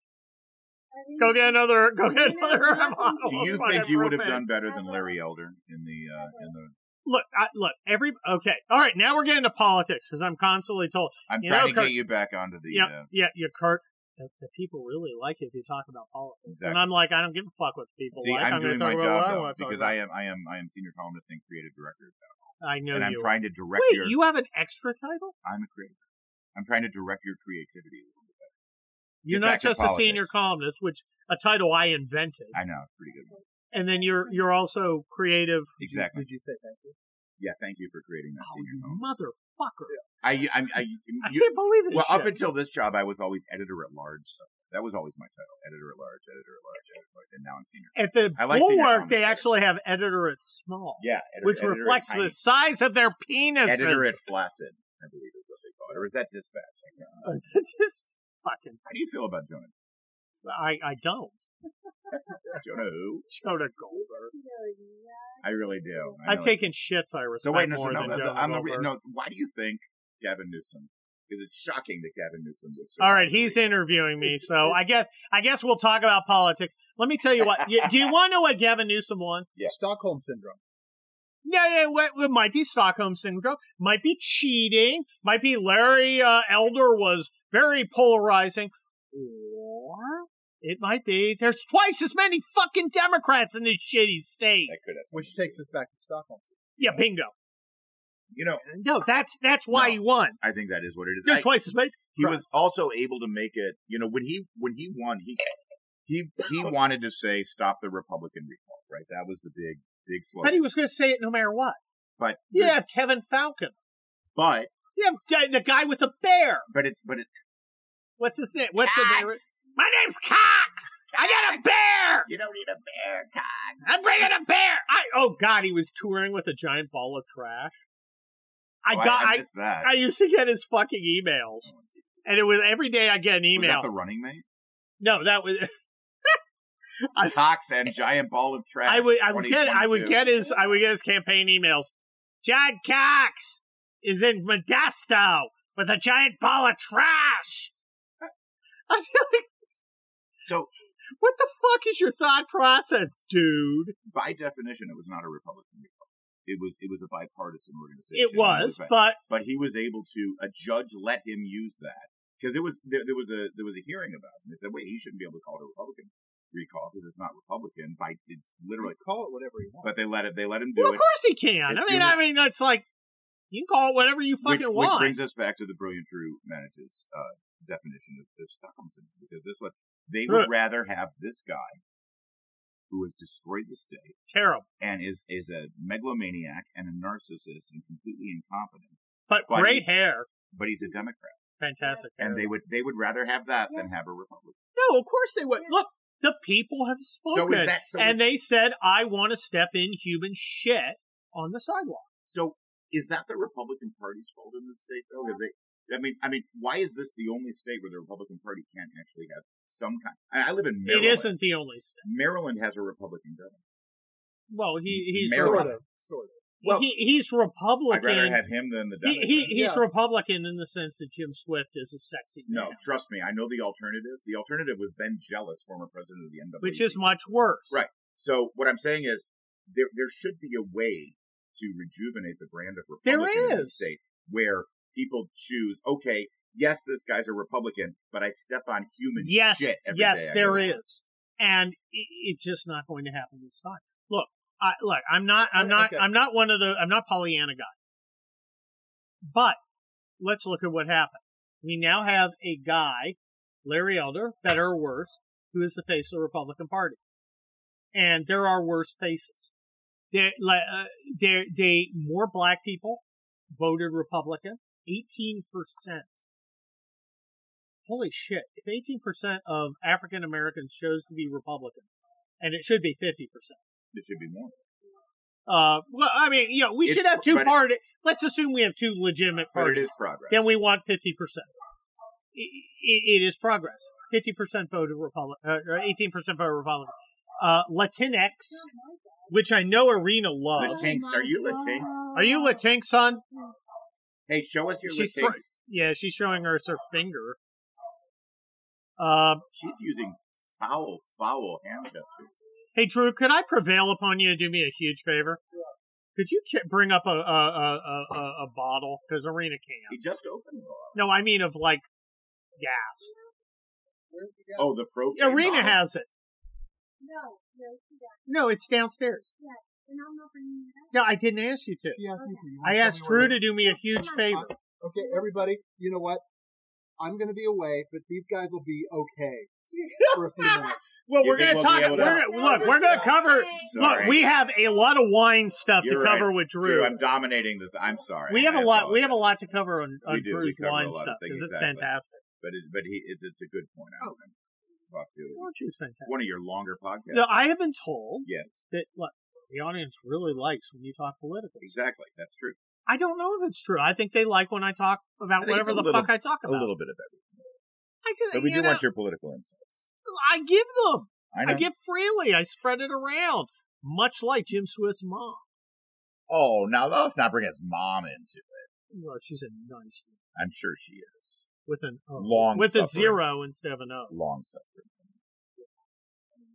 Speaker 1: go get another go get another bottle
Speaker 2: Do
Speaker 1: of
Speaker 2: you
Speaker 1: fucking
Speaker 2: think you would have
Speaker 1: oh, propane."
Speaker 2: done better than Larry Elder in the uh, in the?
Speaker 1: Look, I, look, every okay, all right. Now we're getting to politics because I'm constantly told,
Speaker 2: I'm
Speaker 1: You
Speaker 2: trying
Speaker 1: know,
Speaker 2: to
Speaker 1: Kurt-
Speaker 2: get you back onto the.
Speaker 1: yeah,
Speaker 2: Uh,
Speaker 1: yeah, you Kurt. the, the people really like it if you talk about politics. And
Speaker 2: Exactly.
Speaker 1: I'm like, I don't give a fuck what the people
Speaker 2: See,
Speaker 1: like.
Speaker 2: I'm,
Speaker 1: going
Speaker 2: doing
Speaker 1: to talk
Speaker 2: my
Speaker 1: about what
Speaker 2: job
Speaker 1: I
Speaker 2: though,
Speaker 1: want to talk
Speaker 2: because
Speaker 1: about.
Speaker 2: I am I am I am senior columnist and creative director, of that.
Speaker 1: I know
Speaker 2: and I'm
Speaker 1: you.
Speaker 2: trying to direct
Speaker 1: Wait,
Speaker 2: your.
Speaker 1: you have an extra title?
Speaker 2: I'm a creative. I'm trying to direct your creativity a little bit. better.
Speaker 1: You're
Speaker 2: Get
Speaker 1: not
Speaker 2: back to
Speaker 1: just a senior
Speaker 2: politics.
Speaker 1: columnist, which a title I invented,
Speaker 2: I know it's a pretty good. One.
Speaker 1: and then you're you're also creative.
Speaker 2: Exactly.
Speaker 3: Did you say thank you?
Speaker 2: Yeah. Thank you for creating that
Speaker 1: Oh,
Speaker 2: senior
Speaker 1: you
Speaker 2: column.
Speaker 1: motherfucker!
Speaker 2: I I,
Speaker 1: I
Speaker 2: I, you,
Speaker 1: can't believe it.
Speaker 2: well up until this job I was always editor at large. So that was always my title: editor at large, editor at large, editor at large, and now I'm senior.
Speaker 1: at the
Speaker 2: I like senior
Speaker 1: bulwark,
Speaker 2: columnist
Speaker 1: they
Speaker 2: better.
Speaker 1: actually have editor at small,
Speaker 2: Yeah, editor,
Speaker 1: which
Speaker 2: editor at
Speaker 1: reflects
Speaker 2: tiny.
Speaker 1: the size of their penises.
Speaker 2: editor at Flaccid, I believe is what they call it, or is that Dispatch? I can't remember.
Speaker 1: It's just fucking.
Speaker 2: How do you feel about Jonah?
Speaker 1: I I don't.
Speaker 2: Jonah who?
Speaker 1: Jonah Goldberg.
Speaker 2: I really do. I
Speaker 1: I've
Speaker 2: know
Speaker 1: taken shits I
Speaker 2: So
Speaker 1: respect
Speaker 2: wait, no, so
Speaker 1: more
Speaker 2: no,
Speaker 1: than
Speaker 2: the- the-
Speaker 1: Jonah
Speaker 2: on the, re-
Speaker 1: Goldberg.
Speaker 2: no, why do you think Gavin Newsom? Because it's shocking that Gavin Newsom was. so-
Speaker 1: All right, he's interviewing me, so I guess I guess we'll talk about politics. Let me tell you what. You, do you want to know what Gavin Newsom won?
Speaker 2: Yeah.
Speaker 3: Stockholm syndrome.
Speaker 1: Yeah, yeah, what what might be Stockholm syndrome, might be cheating, might be Larry uh, Elder was very polarizing, or it might be there's twice as many fucking Democrats in this shitty state.
Speaker 2: That could have.
Speaker 3: Which takes us back to Stockholm.
Speaker 1: Yeah, bingo.
Speaker 2: You know,
Speaker 1: No, that's that's why
Speaker 2: No.
Speaker 1: he won.
Speaker 2: I think that is what it is.
Speaker 1: There's
Speaker 2: I-
Speaker 1: twice as many.
Speaker 2: he was also able to make it. You know, when he when he won, he he he wanted to say stop the Republican recall. Right, that was the big big
Speaker 1: But
Speaker 2: slogan.
Speaker 1: he was going to say it no matter what.
Speaker 2: But
Speaker 1: You have Kevin Falcon.
Speaker 2: but
Speaker 1: You have guy- the guy with the bear.
Speaker 2: but it but it
Speaker 1: What's his name? What's his name?
Speaker 2: Cox.
Speaker 1: My name's Cox. I got a bear.
Speaker 2: you don't need a bear. Cox.
Speaker 1: I'm bringing a bear. I oh god, he was touring with a giant ball of trash. I
Speaker 2: Oh,
Speaker 1: got
Speaker 2: I,
Speaker 1: I,
Speaker 2: missed that.
Speaker 1: I used to get his fucking emails, and it was every day I get an
Speaker 2: was
Speaker 1: email.
Speaker 2: that the running mate?
Speaker 1: no, that was I-
Speaker 2: Cox and giant ball of trash.
Speaker 1: I would I would get I would
Speaker 2: 2022.
Speaker 1: get his uh, I would get his campaign emails. John Cox is in Modesto with a giant ball of trash. I feel like
Speaker 2: So
Speaker 1: what the fuck is your thought process, dude?
Speaker 2: by definition, it was not a Republican recall. It was it was a bipartisan organization.
Speaker 1: It was,
Speaker 2: but,
Speaker 1: but
Speaker 2: but he was able to a judge let him use that because it was there, there was a there was a hearing about it. And they said, wait, he shouldn't be able to call it a Republican recall because it's not Republican. By it's literally,
Speaker 3: Call it whatever you want.
Speaker 2: but they let it they let him do
Speaker 1: well, of
Speaker 2: it.
Speaker 1: course he can. I
Speaker 2: It's
Speaker 1: mean,
Speaker 2: human-
Speaker 1: I mean, it's like you can call it whatever you
Speaker 2: Which,
Speaker 1: fucking
Speaker 2: which
Speaker 1: want.
Speaker 2: brings us back to the brilliant Drew manages uh, definition of, of Stockholm syndrome because this was they would rather have this guy who has destroyed the state.
Speaker 1: Terrible,
Speaker 2: and is is a megalomaniac and a narcissist and completely incompetent.
Speaker 1: but
Speaker 2: Why
Speaker 1: great
Speaker 2: do
Speaker 1: hair,
Speaker 2: But he's a Democrat,
Speaker 1: fantastic.
Speaker 2: and
Speaker 1: hair.
Speaker 2: they would they would rather have that than have a Republican.
Speaker 1: no, of course they would. Look, the people have spoken,
Speaker 2: So is that so?
Speaker 1: and
Speaker 2: is,
Speaker 1: they said, "I want to step in human shit on the sidewalk."
Speaker 2: so is that the Republican Party's fault in this state? Though, If they, I mean, I mean, why is this the only state where the Republican Party can't actually have some kind? I, I live in Maryland.
Speaker 1: It isn't the only state.
Speaker 2: Maryland has a Republican governor.
Speaker 1: Well, he he's
Speaker 2: Maryland.
Speaker 3: Sort of. Sort of.
Speaker 2: Well,
Speaker 1: he, he's
Speaker 2: I'd rather
Speaker 1: Republican.
Speaker 2: have him than the
Speaker 1: He,
Speaker 2: Democrat.
Speaker 1: he he's
Speaker 3: Yeah.
Speaker 1: Republican in the sense that Jim Swift is a sexy man,
Speaker 2: no, trust me. I know the alternative. The alternative was Ben Jealous, former president of the NAACP.
Speaker 1: which is much worse.
Speaker 2: Right. So what I'm saying is there there should be a way to rejuvenate the brand of
Speaker 1: There
Speaker 2: Republican in
Speaker 1: is.
Speaker 2: this state where people choose, okay, yes, this guy's a Republican, but I step on human
Speaker 1: Yes,
Speaker 2: shit every
Speaker 1: yes,
Speaker 2: day I
Speaker 1: there
Speaker 2: go
Speaker 1: is,
Speaker 2: out.
Speaker 1: and i it's just not going to happen this time. Look, I, look, I'm not, I'm not,
Speaker 3: Okay.
Speaker 1: I'm not one of the, I'm not Pollyanna guy. But let's look at what happened. We now have a guy, Larry Elder, better or worse, who is the face of the Republican Party, and there are worse faces. There, like, uh, there, they more black people voted Republican, eighteen percent holy shit, if 18% of African Americans chose to be Republican, and it should be 50%.
Speaker 2: There should be more.
Speaker 1: Uh, well, I mean, you know, we
Speaker 2: It's-
Speaker 1: should have two
Speaker 2: but it-
Speaker 1: party. Let's assume we have two legitimate
Speaker 2: But it
Speaker 1: parties.
Speaker 2: is progress.
Speaker 1: Then we want 50%. I- i- it is progress. 50% voted Republican, uh, or 18% voted Republican. Uh, Latinx, which I know Arena loves.
Speaker 2: Latinx, are you Latinx?
Speaker 1: Are you Latinx, son?
Speaker 2: Hey, show us your
Speaker 1: She's
Speaker 2: Latinx.
Speaker 1: fr- Yeah, she's showing us her finger. Um,
Speaker 2: She's using foul, foul hand gestures.
Speaker 1: Hey Drew, could I prevail upon you to do me a huge favor? Could you ca- bring up a a a, a, a, a bottle because Arena
Speaker 2: He
Speaker 1: can't.
Speaker 2: just opened it all.
Speaker 1: No, I mean of like gas.
Speaker 3: Where's the guy?
Speaker 6: Oh, the pro
Speaker 1: Arena has it.
Speaker 5: No, no, she does.
Speaker 1: No, it's downstairs.
Speaker 5: And I'm not bringing it up.
Speaker 1: No, I didn't ask you to.
Speaker 3: He asked you to. You wanna
Speaker 1: I
Speaker 3: tell
Speaker 1: asked
Speaker 3: me where
Speaker 1: Drew
Speaker 3: it
Speaker 1: to do me a huge favor.
Speaker 3: is? Okay, everybody, you know what? I'm going to be away, but these guys will be okay for a few minutes.
Speaker 1: Well,
Speaker 6: You
Speaker 1: we're
Speaker 6: think
Speaker 1: gonna
Speaker 6: we'll
Speaker 1: talk.
Speaker 6: be
Speaker 1: We're
Speaker 6: able to-
Speaker 1: gonna, look, we're gonna cover. Look,
Speaker 6: Sorry.
Speaker 1: we have a lot of wine stuff
Speaker 6: You're
Speaker 1: to
Speaker 6: right.
Speaker 1: cover with Drew.
Speaker 6: Drew, I'm dominating this. I'm sorry.
Speaker 1: we have
Speaker 6: I
Speaker 1: a lot.
Speaker 6: apologize.
Speaker 1: We have a lot to cover on, on
Speaker 6: We do. We
Speaker 1: Drew's
Speaker 6: cover a
Speaker 1: wine
Speaker 6: lot of
Speaker 1: stuff
Speaker 6: things,
Speaker 1: because it's
Speaker 6: exactly.
Speaker 1: fantastic.
Speaker 6: But it, but he, it, it's a good point.
Speaker 1: Oh.
Speaker 6: Alan. Fuck you.
Speaker 1: Won't you, it's fantastic.
Speaker 6: One of your longer podcasts.
Speaker 1: No, I have been told
Speaker 6: Yes,
Speaker 1: that look, the audience really likes when you talk politically.
Speaker 6: exactly. That's true.
Speaker 1: I don't know if it's true. I think they like when I talk
Speaker 2: I
Speaker 1: about
Speaker 2: think it's
Speaker 1: whatever
Speaker 2: a
Speaker 1: the
Speaker 2: little-
Speaker 1: fuck I talk about.
Speaker 2: A little bit of everything.
Speaker 1: I just,
Speaker 2: But we
Speaker 1: you
Speaker 2: do
Speaker 1: know,
Speaker 2: want your political insights.
Speaker 1: I give them.
Speaker 2: I
Speaker 1: I,
Speaker 2: know.
Speaker 1: give freely. I spread it around, much like Jim Swift's mom.
Speaker 2: oh, now let's not bring his mom into it.
Speaker 1: Well, she's a nice
Speaker 2: I'm sure she is.
Speaker 1: with an O.
Speaker 2: Long
Speaker 1: Oh, with a
Speaker 2: suffering.
Speaker 1: zero instead of an O.
Speaker 2: Long suffering.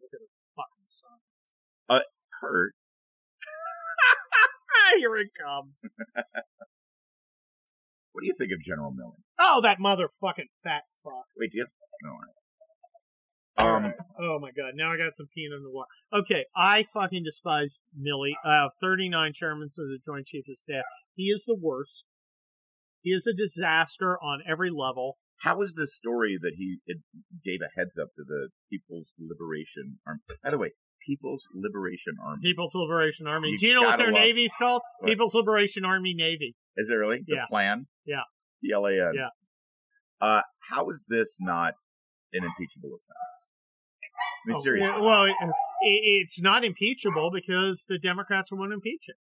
Speaker 1: Look at her fucking son.
Speaker 2: Hurt.
Speaker 1: Ah, here it comes.
Speaker 2: What do you think of General Milling?
Speaker 1: Oh, that motherfucking fat fuck.
Speaker 2: Wait, do you have no? all right. Um,
Speaker 1: Oh my god, now I got some peanut in the water. Okay, I fucking despise Millie. Uh, 39 Sherman, so the Joint Chiefs of Staff. He is the worst. He is a disaster on every level.
Speaker 2: how is this story that he it gave a heads up to the People's Liberation Army? By the way, People's Liberation Army
Speaker 1: People's Liberation Army.
Speaker 2: You
Speaker 1: Do you know what
Speaker 2: gotta
Speaker 1: their
Speaker 2: love-
Speaker 1: navy's called?
Speaker 2: What?
Speaker 1: People's Liberation Army Navy.
Speaker 2: is it really the
Speaker 1: Yeah.
Speaker 2: plan?
Speaker 1: Yeah.
Speaker 2: the LAN.
Speaker 1: Yeah.
Speaker 2: Uh, how is this not an impeachable offense? I mean,
Speaker 1: Oh,
Speaker 2: seriously,
Speaker 1: yeah, well, it, it- it's not impeachable because the Democrats won't impeach it.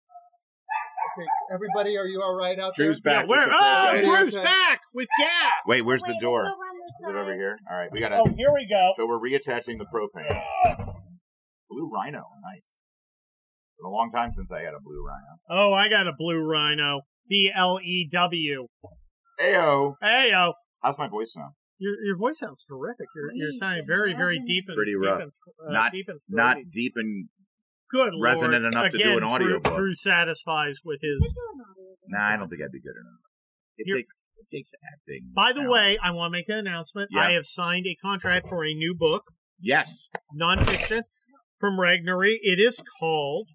Speaker 3: Okay, everybody, are you all right out
Speaker 2: Drew's
Speaker 3: there?
Speaker 2: back.
Speaker 1: Yeah, where?
Speaker 2: with the
Speaker 1: Oh,
Speaker 2: program.
Speaker 1: Drew's
Speaker 3: Okay.
Speaker 1: back with gas.
Speaker 2: Wait, where's
Speaker 5: Wait,
Speaker 2: the
Speaker 5: let's
Speaker 2: door?
Speaker 5: go around this
Speaker 2: Is it over
Speaker 5: side.
Speaker 2: here? All right, we gotta.
Speaker 1: Oh, here we go.
Speaker 2: So we're reattaching the propane. Blue Rhino, nice. It's been a long time since I had a Blue Rhino.
Speaker 1: Oh, I got a blue rhino. B L E W.
Speaker 2: Ayo,
Speaker 1: Hey, yo.
Speaker 2: how's my voice now?
Speaker 1: Your, your voice sounds terrific. You're, you're
Speaker 5: Sweet.
Speaker 1: sounding very, very deep and
Speaker 2: Pretty
Speaker 1: deep
Speaker 2: rough.
Speaker 1: and, uh,
Speaker 2: Not-
Speaker 1: deep and
Speaker 2: Not
Speaker 1: throaty.
Speaker 2: deep and
Speaker 1: good. Lord.
Speaker 2: resonant enough to do
Speaker 1: Again,
Speaker 2: an audiobook.
Speaker 1: Drew, Drew satisfies with his.
Speaker 5: You're doing all right.
Speaker 2: Nah, I don't think I'd be good enough. It
Speaker 1: You're-
Speaker 2: takes it takes acting.
Speaker 1: By the
Speaker 2: talent.
Speaker 1: way, I want to make an announcement.
Speaker 2: Yeah.
Speaker 1: I have signed a contract for a new book,
Speaker 2: yes,
Speaker 1: nonfiction, from Regnery. It is called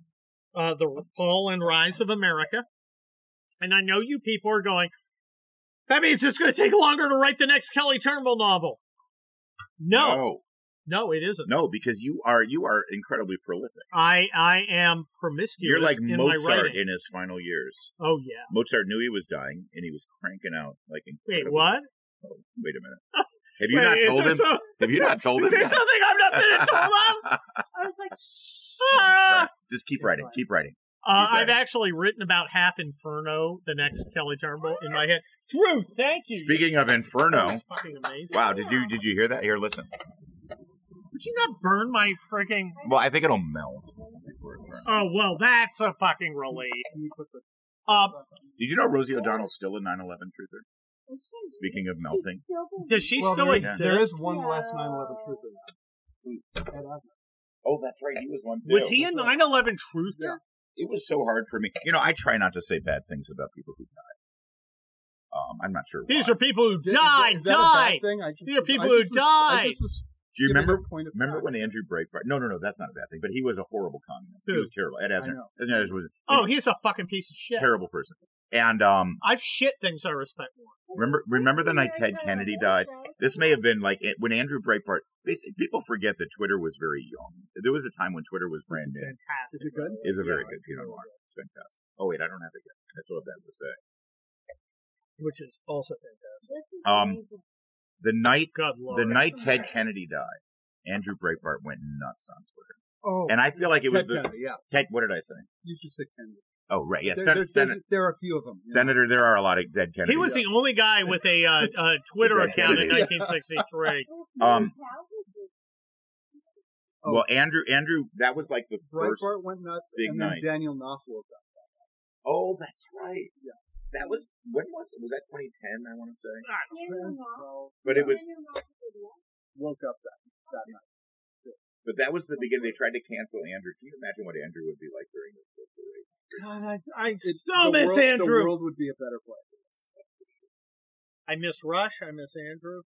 Speaker 1: uh, "The Fall and Rise of America," and I know you people are going. That means it's going to take longer to write the next Kelly Turnbull novel. No,
Speaker 2: no,
Speaker 1: no, it isn't.
Speaker 2: no, because you are you are incredibly prolific.
Speaker 1: I I am promiscuous.
Speaker 2: You're like
Speaker 1: in my
Speaker 2: Mozart
Speaker 1: writing.
Speaker 2: in his final years.
Speaker 1: Oh yeah.
Speaker 2: Mozart knew he was dying, and he was cranking out like
Speaker 1: Wait,
Speaker 2: incredible.
Speaker 1: what?
Speaker 2: Oh, wait a minute. Have you
Speaker 1: Wait,
Speaker 2: not
Speaker 1: is
Speaker 2: told
Speaker 1: there
Speaker 2: him?
Speaker 1: some-
Speaker 2: Have you not told him?
Speaker 1: is there
Speaker 2: that?
Speaker 1: something I've not been told of?
Speaker 5: I was like,
Speaker 1: Ah!
Speaker 2: Just keep writing. Keep writing.
Speaker 1: Uh,
Speaker 2: Keep
Speaker 1: I've
Speaker 2: writing.
Speaker 1: actually written about half Inferno, the next Kelly Turnbull, in my head. Drew, thank you.
Speaker 2: Speaking of Inferno,
Speaker 1: That's fucking amazing.
Speaker 2: wow! Did you did you hear that? Here, listen.
Speaker 1: Would you not burn my freaking?
Speaker 2: Well, I think it'll melt. before it burns.
Speaker 1: Oh well, that's a fucking relief. Uh,
Speaker 2: Did you know Rosie O'Donnell's still a 9/11 truther? Speaking of melting.
Speaker 1: does she
Speaker 3: Well,
Speaker 1: still
Speaker 3: there is-
Speaker 1: exist?
Speaker 3: There is one less 9/11 truther. Ed Asner.
Speaker 2: Oh, that's right. He was one too.
Speaker 1: Was he a 9/11 truther?
Speaker 3: Yeah.
Speaker 2: It was so hard for me. You know, I try not to say bad things about people who died. Um, I'm not sure. Why.
Speaker 1: These are people who
Speaker 3: Is- is-
Speaker 1: die,
Speaker 3: is that a
Speaker 1: die.
Speaker 3: bad thing? I just-
Speaker 1: There are people
Speaker 3: I
Speaker 1: who
Speaker 3: just was-
Speaker 1: die.
Speaker 3: I just was
Speaker 2: Do you
Speaker 3: giving
Speaker 2: remember?
Speaker 3: a point of
Speaker 2: Remember
Speaker 3: fact.
Speaker 2: when Andrew Breitbart? No, no, no. That's not a bad thing. But he was a horrible communist.
Speaker 1: Who?
Speaker 2: He was terrible. Ed Asner.
Speaker 3: know.
Speaker 2: Ed Asner was a
Speaker 1: Oh, he's a fucking piece of shit.
Speaker 2: terrible person. And um,
Speaker 1: I've shit things I respect more.
Speaker 2: remember, remember the night Ted Kennedy died. This may have been like it- when Andrew Breitbart. Basically, people forget that Twitter was very young. There was a time when Twitter was brand
Speaker 1: This is
Speaker 2: new.
Speaker 1: fantastic.
Speaker 3: Is it good?
Speaker 2: Is a very good Pinot Noir. It's fantastic. Oh wait, I don't have it yet. That's what that was. Uh,
Speaker 1: Which is also fantastic.
Speaker 2: Um, the night
Speaker 1: Good lord.
Speaker 2: the night Ted Kennedy died, Andrew Breitbart went nuts on Twitter,
Speaker 3: Oh,
Speaker 2: and I feel like it was
Speaker 3: Ted
Speaker 2: the
Speaker 3: Kennedy, yeah.
Speaker 2: Ted. What did I say?
Speaker 3: You just said Kennedy.
Speaker 2: Oh, right, yeah,
Speaker 3: there,
Speaker 2: Sen-
Speaker 3: there,
Speaker 2: Sen-
Speaker 3: there- there are a few of them. you know.
Speaker 2: Senator. There are a lot of dead Kennedy.
Speaker 1: He was the only guy with a uh, uh, Twitter
Speaker 2: Ted
Speaker 1: account in
Speaker 2: Kennedy.
Speaker 1: 1963.
Speaker 2: um,
Speaker 3: oh.
Speaker 2: well, Andrew. Andrew. That was like the first.
Speaker 3: Breitbart went nuts,
Speaker 2: big
Speaker 3: and then
Speaker 2: night.
Speaker 3: Daniel Knopf woke up.
Speaker 2: Oh, that's right.
Speaker 3: Yeah.
Speaker 2: That was when was it? Was that 2010? I want to say,
Speaker 3: So,
Speaker 2: but it was.
Speaker 3: woke up that, that night.
Speaker 2: But that was the beginning. They tried to cancel Andrew. Can you imagine what Andrew would be like during this? situation?
Speaker 1: God, I, I
Speaker 3: It-
Speaker 1: so
Speaker 3: the
Speaker 1: miss
Speaker 3: world,
Speaker 1: Andrew.
Speaker 3: The world would be a better place.
Speaker 1: I miss Rush. I miss Andrew.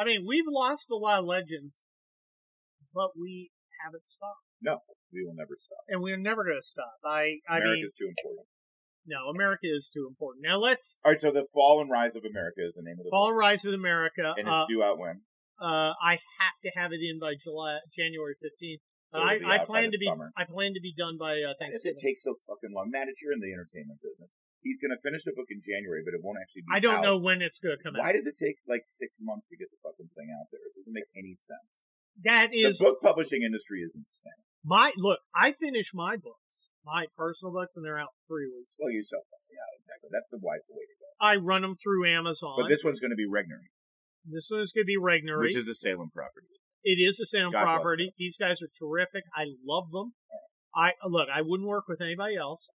Speaker 1: I mean, we've lost a lot of legends, but we haven't stopped,
Speaker 2: We will never stop.
Speaker 1: and we're never going to stop. I, I mean,
Speaker 2: America's too important.
Speaker 1: no, America is too important. Now let's
Speaker 2: All right, so the fall and rise of America is the name of the
Speaker 1: Fall Rise of America.
Speaker 2: book, and
Speaker 1: Uh,
Speaker 2: it's due out when?
Speaker 1: uh, I have to have it in by July, January fifteenth.
Speaker 2: So it'll be
Speaker 1: I, I
Speaker 2: out by
Speaker 1: plan
Speaker 2: the
Speaker 1: to be,
Speaker 2: summer.
Speaker 1: I plan to be done by uh,
Speaker 2: Why does it
Speaker 1: Thanksgiving.
Speaker 2: take so fucking long? Matt, it's you're in the entertainment business. He's gonna finish the book in January, but it won't actually. be
Speaker 1: I don't
Speaker 2: out.
Speaker 1: know when it's going to come out.
Speaker 2: Why does it take like six months to get the fucking thing out there? It doesn't make any sense.
Speaker 1: That is
Speaker 2: the book publishing industry is insane.
Speaker 1: my look. I finish my books, my personal books, and they're out in three weeks.
Speaker 2: Well, you yourself. Yeah, exactly. That's the wise way to go.
Speaker 1: I run them through Amazon.
Speaker 2: But this one's going to be Regnery,
Speaker 1: This one is going to be Regnery.
Speaker 2: which is a Salem property.
Speaker 1: It is a sound
Speaker 2: God bless
Speaker 1: property. These guys are terrific. I love them. I look. I wouldn't work with anybody else.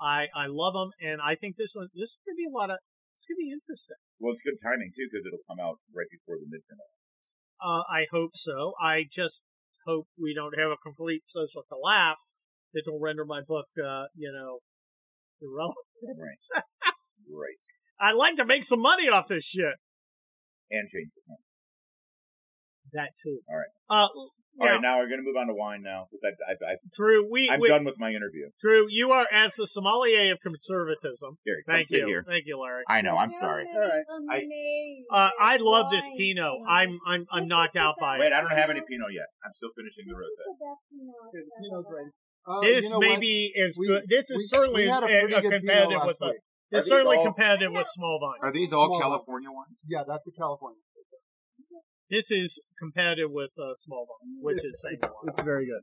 Speaker 1: I I love them, and I think this one this is gonna be a lot of it's gonna be interesting.
Speaker 2: Well, it's good timing too because it'll come out right before the midterm.
Speaker 1: Uh, I hope so. I just hope we don't have a complete social collapse that will render my book, uh, you know, irrelevant.
Speaker 2: Right. right.
Speaker 1: I'd like to make some money off this shit.
Speaker 2: And change the name.
Speaker 1: That too.
Speaker 2: All right.
Speaker 1: Uh, now,
Speaker 2: All right, now we're going to move on to wine now because I, I, I,
Speaker 1: Drew, we,
Speaker 2: I'm
Speaker 1: we
Speaker 2: done with my interview.
Speaker 1: Drew, you are as the sommelier of conservatism.
Speaker 2: Here, come
Speaker 1: Thank
Speaker 2: sit
Speaker 1: you.
Speaker 2: here.
Speaker 1: Thank you, Larry.
Speaker 2: I know. I'm sorry.
Speaker 3: All right.
Speaker 2: I-
Speaker 1: Uh, I love this Pinot. I'm I'm I'm knocked out by
Speaker 2: Wait,
Speaker 1: it.
Speaker 2: I don't have any Pinot yet. I'm still finishing the rosé.
Speaker 3: Okay, the Pinot's ready. Uh,
Speaker 1: This
Speaker 3: you know
Speaker 1: may
Speaker 3: what?
Speaker 1: be as
Speaker 3: We-
Speaker 1: good. This is
Speaker 3: we-
Speaker 1: certainly
Speaker 3: we
Speaker 1: as
Speaker 3: had a pretty
Speaker 1: uh,
Speaker 3: good
Speaker 1: competitive
Speaker 3: Pinot
Speaker 1: with
Speaker 3: last
Speaker 1: the.
Speaker 3: week.
Speaker 1: It's
Speaker 2: Are these
Speaker 1: certainly
Speaker 2: all-
Speaker 1: competitive with small vines.
Speaker 5: Are these all
Speaker 3: Small wine.
Speaker 2: California wines?
Speaker 3: Yeah, that's a California.
Speaker 1: This is competitive with uh, small vines, which is same wine.
Speaker 3: It's very good.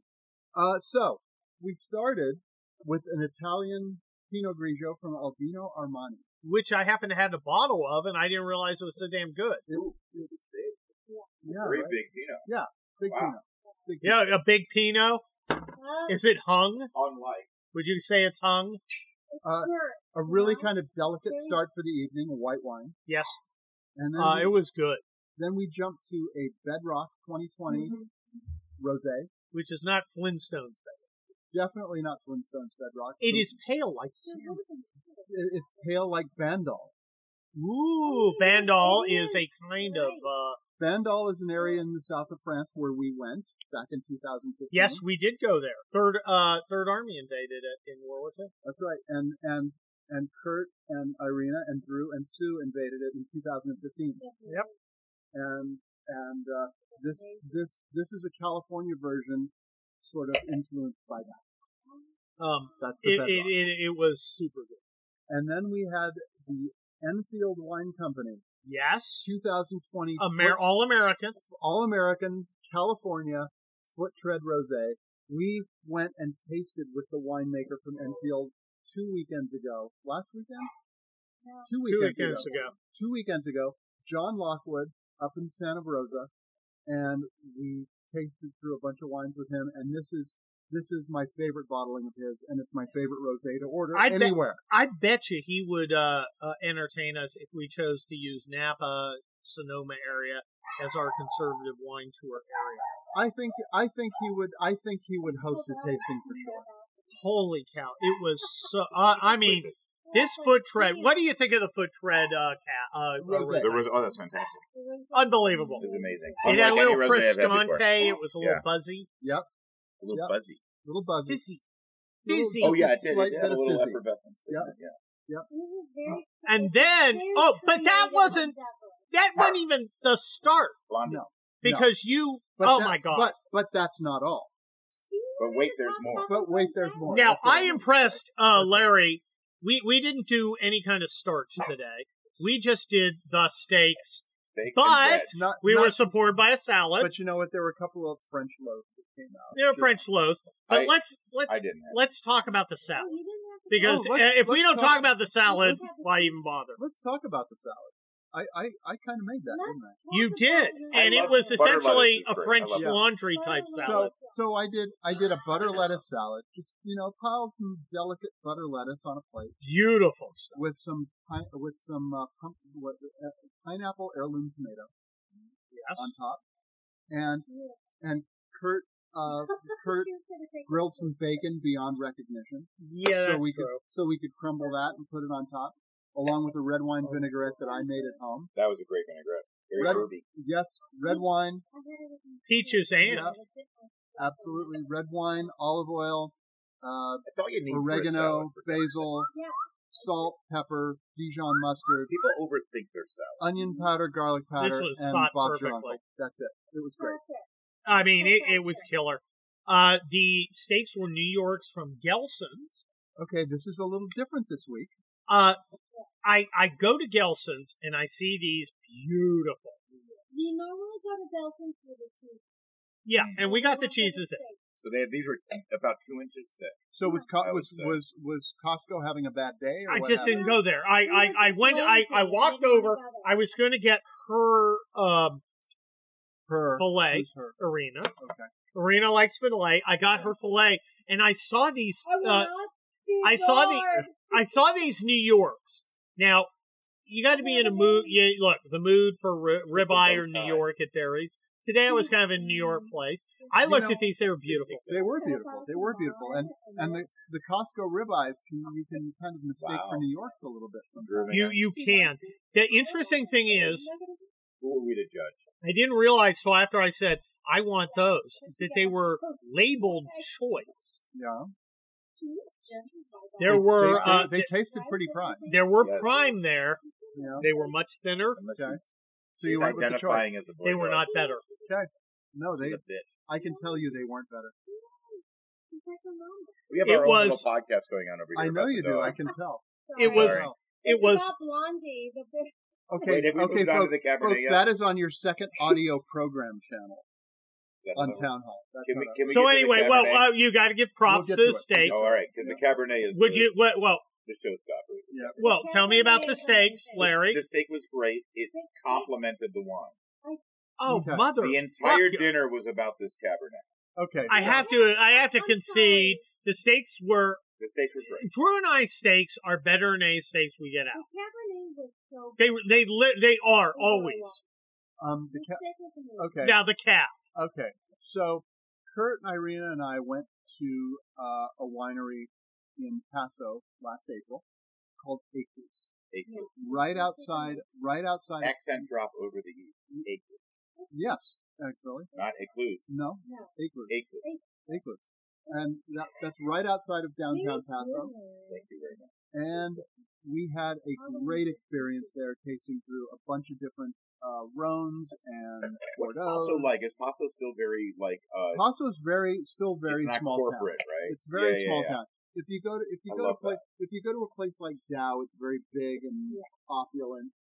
Speaker 3: Uh, so we started with an Italian Pinot Grigio from Albino Armani.
Speaker 1: Which I happen to have a bottle of, and I didn't realize it was so damn good.
Speaker 3: It,
Speaker 2: This is big.
Speaker 3: yeah,
Speaker 2: Very
Speaker 3: right?
Speaker 2: big Pinot.
Speaker 3: Big
Speaker 2: Wow.
Speaker 3: Pinot. Big
Speaker 1: Yeah, a big Pinot. Is it hung?
Speaker 2: Unlike.
Speaker 1: Would you say it's hung?
Speaker 3: Uh, a really kind of delicate start for the evening, white wine.
Speaker 1: Yes.
Speaker 3: And then,
Speaker 1: Uh,
Speaker 3: we,
Speaker 1: it was good,
Speaker 3: then we jumped to a Bedrock 2020 Mm-hmm. Rosé.
Speaker 1: which is not Flintstones.
Speaker 3: Definitely not Flintstone's Bedrock.
Speaker 1: It is pale like sand.
Speaker 3: It- It's pale like Bandol.
Speaker 1: Ooh, Bandol is a kind of. Uh,
Speaker 3: Bandol is an area in the south of France where we went back in 2015.
Speaker 1: yes, we did go there. Third uh, Third Army invaded it in World War II.
Speaker 3: That's right. And and and Kurt and Irina and Drew and Sue invaded it in 2015.
Speaker 1: Yep.
Speaker 3: And and uh, this this this is a California version, sort of influenced by that.
Speaker 1: Um,
Speaker 3: That's
Speaker 1: it,
Speaker 3: the
Speaker 1: it,
Speaker 3: bedrock.
Speaker 1: it, it was super good.
Speaker 3: And then we had the Enfield Wine Company
Speaker 1: Yes.
Speaker 3: 2020
Speaker 1: Amer- all American.
Speaker 3: All American California Foot Tread Rosé. We went and tasted with the winemaker from Enfield two weekends ago. Last weekend? Two
Speaker 1: Two
Speaker 3: weekends,
Speaker 1: weekends
Speaker 3: ago.
Speaker 1: ago.
Speaker 3: Two weekends ago, John Lockwood up in Santa Rosa, and we tasted through a bunch of wines with him. And this is this is my favorite bottling of his, and it's my favorite rosé to order
Speaker 1: I bet-
Speaker 3: anywhere.
Speaker 1: I bet you he would uh, uh, entertain us if we chose to use Napa, Sonoma area as our conservative wine tour area.
Speaker 3: I think I think he would I think he would host a tasting for sure.
Speaker 1: Holy cow! It was so. Uh, I mean, this foot tread. What do you think of the foot tread? Uh, ca- uh, uh,
Speaker 3: Rosé.
Speaker 2: The ros- oh, that's fantastic.
Speaker 1: Unbelievable.
Speaker 2: This is amazing.
Speaker 1: It had a
Speaker 2: Unlike any
Speaker 1: little
Speaker 2: rosé I've had before.
Speaker 1: Friscante. It was a little
Speaker 2: Yeah.
Speaker 1: buzzy.
Speaker 3: Yep,
Speaker 2: A little
Speaker 3: Yeah.
Speaker 2: buzzy.
Speaker 3: little buzzy.
Speaker 1: Fizzy.
Speaker 3: Little-
Speaker 1: Fizzy.
Speaker 2: Oh yeah, it did.
Speaker 3: Slight bit
Speaker 2: It had a
Speaker 3: of
Speaker 2: little
Speaker 3: fizzy.
Speaker 2: effervescence. to it, Yeah.
Speaker 1: Oh, And then, oh, but that wasn't, that wasn't even the start
Speaker 2: Blonde.
Speaker 3: No.
Speaker 1: because you, oh
Speaker 3: that-
Speaker 1: my God.
Speaker 3: But but that's not all.
Speaker 2: But wait, there's more.
Speaker 3: But wait, there's more.
Speaker 1: Now
Speaker 3: That's what
Speaker 1: I
Speaker 3: I
Speaker 5: Oh,
Speaker 3: mean.
Speaker 1: impressed uh, Larry. We we didn't do any kind of starch today. We just did the steaks.
Speaker 2: Steak and
Speaker 1: But-
Speaker 2: bread.
Speaker 3: Not,
Speaker 1: We
Speaker 3: not-
Speaker 1: were supported by a salad.
Speaker 3: But you know what? There were a couple of French loaves that came out.
Speaker 1: They're
Speaker 3: Just-
Speaker 1: French loaf. But
Speaker 2: I-
Speaker 1: let's
Speaker 2: I
Speaker 1: let's
Speaker 2: didn't have.
Speaker 1: let's talk about the salad because
Speaker 3: Oh,
Speaker 1: uh,
Speaker 3: let's-
Speaker 1: if we
Speaker 3: let's
Speaker 1: don't
Speaker 3: talk-
Speaker 1: talk about the salad, why even bother?
Speaker 3: Let's talk about the salad. I I, I kind of made that, didn't I?
Speaker 1: You did,
Speaker 2: I
Speaker 1: and it
Speaker 2: love
Speaker 1: was
Speaker 2: butter lettuce
Speaker 1: essentially
Speaker 2: is
Speaker 1: a
Speaker 2: great. I
Speaker 1: French
Speaker 2: love
Speaker 3: it.
Speaker 1: laundry type
Speaker 5: So-
Speaker 1: salad.
Speaker 3: So so I did I did a butter lettuce salad. Just you know, piled some delicate butter lettuce on a plate
Speaker 1: Beautiful stuff.
Speaker 3: with some pine, with some uh, pump, what, uh, pineapple heirloom tomato
Speaker 1: Yes.
Speaker 3: on top, and and Kurt uh, Kurt grilled some bacon beyond recognition.
Speaker 1: Yeah,
Speaker 3: so
Speaker 1: that's
Speaker 3: we
Speaker 1: true.
Speaker 3: could so we could crumble that and put it on top, along with a red wine vinaigrette that I made at home.
Speaker 2: That was a great vinaigrette.
Speaker 3: Red, yes,
Speaker 1: Mm-hmm.
Speaker 3: red wine,
Speaker 1: Peaches and
Speaker 3: Yeah. absolutely. Red wine, olive oil, uh,
Speaker 2: That's all you need. for a salad,
Speaker 3: oregano,
Speaker 2: for God's
Speaker 3: basil,
Speaker 5: Yeah.
Speaker 3: salt, pepper, Dijon mustard,
Speaker 2: sake. People overthink their salad.
Speaker 3: onion powder, garlic powder,
Speaker 1: Mm-hmm. was
Speaker 3: and
Speaker 1: spot
Speaker 3: Bob's your
Speaker 1: perfectly.
Speaker 3: uncle. That's it. It was great.
Speaker 1: I mean it, it was killer. Uh, the steaks were New York's from Gelson's.
Speaker 3: Okay, this is a little different this week.
Speaker 1: Uh, I I go to Gelson's and I see these beautiful.
Speaker 5: You normally go to Belgium for the cheese.
Speaker 1: Yeah, and we got the cheeses there.
Speaker 2: So they these were about two inches thick.
Speaker 3: So was Co-
Speaker 2: I
Speaker 3: was,
Speaker 2: would say.
Speaker 3: was was Costco having a bad day? Or
Speaker 1: I
Speaker 3: what
Speaker 1: just
Speaker 3: happened?
Speaker 1: didn't go there. I, I, I went. I, I walked over. I was going to get her um,
Speaker 3: her.
Speaker 1: fillet
Speaker 3: Who's her?
Speaker 1: arena.
Speaker 3: Okay.
Speaker 1: Arena likes fillet. I got her fillet, and I saw these.
Speaker 5: I will
Speaker 1: Uh,
Speaker 5: not be
Speaker 1: I saw the-
Speaker 5: bored.
Speaker 1: I saw these New Yorks. Now you got to be in a mood. Yeah, look, the mood for ri- ribeye or New York it varies. Today I was kind of in New York place. I
Speaker 3: Mm-hmm. You
Speaker 1: looked
Speaker 3: know-
Speaker 1: at these; they were beautiful.
Speaker 3: They were beautiful. They were beautiful, and and the the Costco ribeyes can you can kind of mistake for
Speaker 2: Wow.
Speaker 3: New York's a little bit.
Speaker 2: Grooving
Speaker 1: You
Speaker 2: on.
Speaker 1: you can. The interesting thing is,
Speaker 2: Who are we to judge?
Speaker 1: I didn't realize till after I said I want those that they were labeled choice.
Speaker 3: Yeah.
Speaker 1: There
Speaker 3: They-
Speaker 1: were
Speaker 3: they,
Speaker 1: uh,
Speaker 3: they, they tasted pretty prime.
Speaker 1: there were
Speaker 2: Yes.
Speaker 1: prime there.
Speaker 3: Yeah.
Speaker 1: They were much thinner.
Speaker 2: Unless
Speaker 3: Okay.
Speaker 2: she's,
Speaker 3: So you
Speaker 2: she's
Speaker 3: went with the choice.
Speaker 2: identifying as a boy.
Speaker 1: They were not better.
Speaker 3: No, they.
Speaker 2: a bitch.
Speaker 3: I can tell you they weren't better.
Speaker 2: We have
Speaker 1: It
Speaker 2: our own
Speaker 1: was-
Speaker 2: little podcast going on over here.
Speaker 3: I know
Speaker 2: about
Speaker 3: you
Speaker 2: the
Speaker 3: do.
Speaker 2: dog.
Speaker 3: I can tell.
Speaker 1: It was
Speaker 2: Sorry.
Speaker 1: it was
Speaker 5: Blondie, the big
Speaker 3: Okay.
Speaker 2: Wait, have we
Speaker 3: okay,
Speaker 2: moved on to
Speaker 3: folks.
Speaker 2: the Cabernet
Speaker 3: folks,
Speaker 2: yet?
Speaker 3: that is on your second audio program channel
Speaker 2: That's
Speaker 3: on
Speaker 2: not-
Speaker 3: Town Hall. That's
Speaker 2: Can we,
Speaker 3: not us.
Speaker 2: can we
Speaker 1: so
Speaker 2: get to the
Speaker 1: anyway. Well,
Speaker 2: Cabernet? Oh,
Speaker 1: uh, you got to give props
Speaker 3: We'll get
Speaker 1: to
Speaker 3: to
Speaker 1: the
Speaker 3: it.
Speaker 1: steak.
Speaker 2: all right, because the Cabernet is
Speaker 1: Would
Speaker 2: the,
Speaker 1: you? What, well,
Speaker 2: the showstopper.
Speaker 3: Yeah.
Speaker 1: well, tell me about the steaks, Larry.
Speaker 2: The steak was great. It complemented the wine.
Speaker 1: Oh,
Speaker 3: Okay.
Speaker 1: mother!
Speaker 2: The entire
Speaker 1: fuck.
Speaker 2: dinner was about this Cabernet.
Speaker 3: Okay.
Speaker 1: I
Speaker 3: so-
Speaker 1: have to. I have to concede. The steaks were
Speaker 2: The steaks were great.
Speaker 1: Drew and I steaks are better than any steaks we get
Speaker 5: The
Speaker 1: out.
Speaker 5: Cabernet was so
Speaker 1: They were- they li- they are always.
Speaker 3: Um. The
Speaker 5: The
Speaker 3: ca-
Speaker 5: steak was amazing.
Speaker 3: okay.
Speaker 1: Now the calf.
Speaker 3: Okay. So Kurt and Irina and I went to uh, a winery in Paso last April called Acres. Right outside, right outside.
Speaker 2: Accent drop over the E. Acres.
Speaker 3: Yes, actually.
Speaker 2: Not ecludes.
Speaker 3: No,
Speaker 5: No.
Speaker 3: Acres.
Speaker 2: Acres.
Speaker 3: Acres. And that, that's right outside of downtown Paso.
Speaker 2: Thank you very much.
Speaker 3: And we had a great experience there tasting through a bunch of different uh, Rhones and
Speaker 2: What's
Speaker 3: Bordeaux.
Speaker 2: Paso like? Is Paso still very, like, uh,
Speaker 3: Paso's very, still very
Speaker 2: it's not
Speaker 3: small town.
Speaker 2: corporate, right?
Speaker 3: It's very
Speaker 2: Yeah, yeah,
Speaker 3: small
Speaker 2: yeah.
Speaker 3: town. If you go to if you go
Speaker 2: I
Speaker 3: to a
Speaker 2: love
Speaker 3: place if you go to a place like Dow, it's very big and opulent.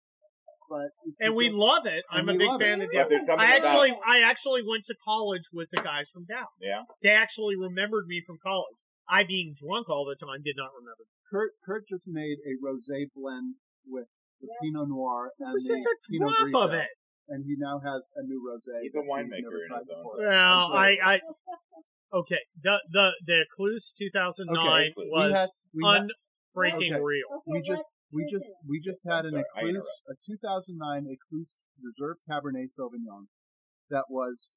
Speaker 3: But if you
Speaker 1: And we
Speaker 3: go-
Speaker 1: love it. I'm a
Speaker 3: And we
Speaker 1: big
Speaker 3: love
Speaker 1: fan
Speaker 5: it.
Speaker 1: of
Speaker 2: Yeah,
Speaker 1: Dow.
Speaker 2: there's something
Speaker 1: I actually,
Speaker 2: about,
Speaker 1: I actually went to college with the guys from Dow.
Speaker 2: yeah.
Speaker 1: They actually remembered me from college. I being drunk all the time did not remember.
Speaker 3: Kurt Kurt just made a rosé blend with the Pinot Noir
Speaker 1: It
Speaker 3: and
Speaker 1: was
Speaker 3: the
Speaker 1: just a
Speaker 3: Pinot
Speaker 1: drop of
Speaker 3: Grigio,
Speaker 1: it.
Speaker 3: and he now has a new rosé.
Speaker 2: He's
Speaker 3: that
Speaker 2: a winemaker
Speaker 3: never
Speaker 2: in
Speaker 3: tried
Speaker 2: his own
Speaker 3: before.
Speaker 2: right.
Speaker 1: Well,
Speaker 3: I'm
Speaker 1: I, I,
Speaker 3: sorry.
Speaker 1: okay. The the the Clues 2009
Speaker 2: Okay,
Speaker 3: we had
Speaker 1: was
Speaker 3: we had,
Speaker 1: unbreaking
Speaker 3: Okay.
Speaker 1: real.
Speaker 5: Okay,
Speaker 3: we just
Speaker 5: let's
Speaker 3: we
Speaker 5: drink
Speaker 3: just
Speaker 5: it.
Speaker 3: we just
Speaker 2: Yes,
Speaker 3: had
Speaker 2: I'm
Speaker 3: an
Speaker 2: sorry, I
Speaker 3: Ecluse, a 2009 Ecluse Reserve Cabernet Sauvignon that was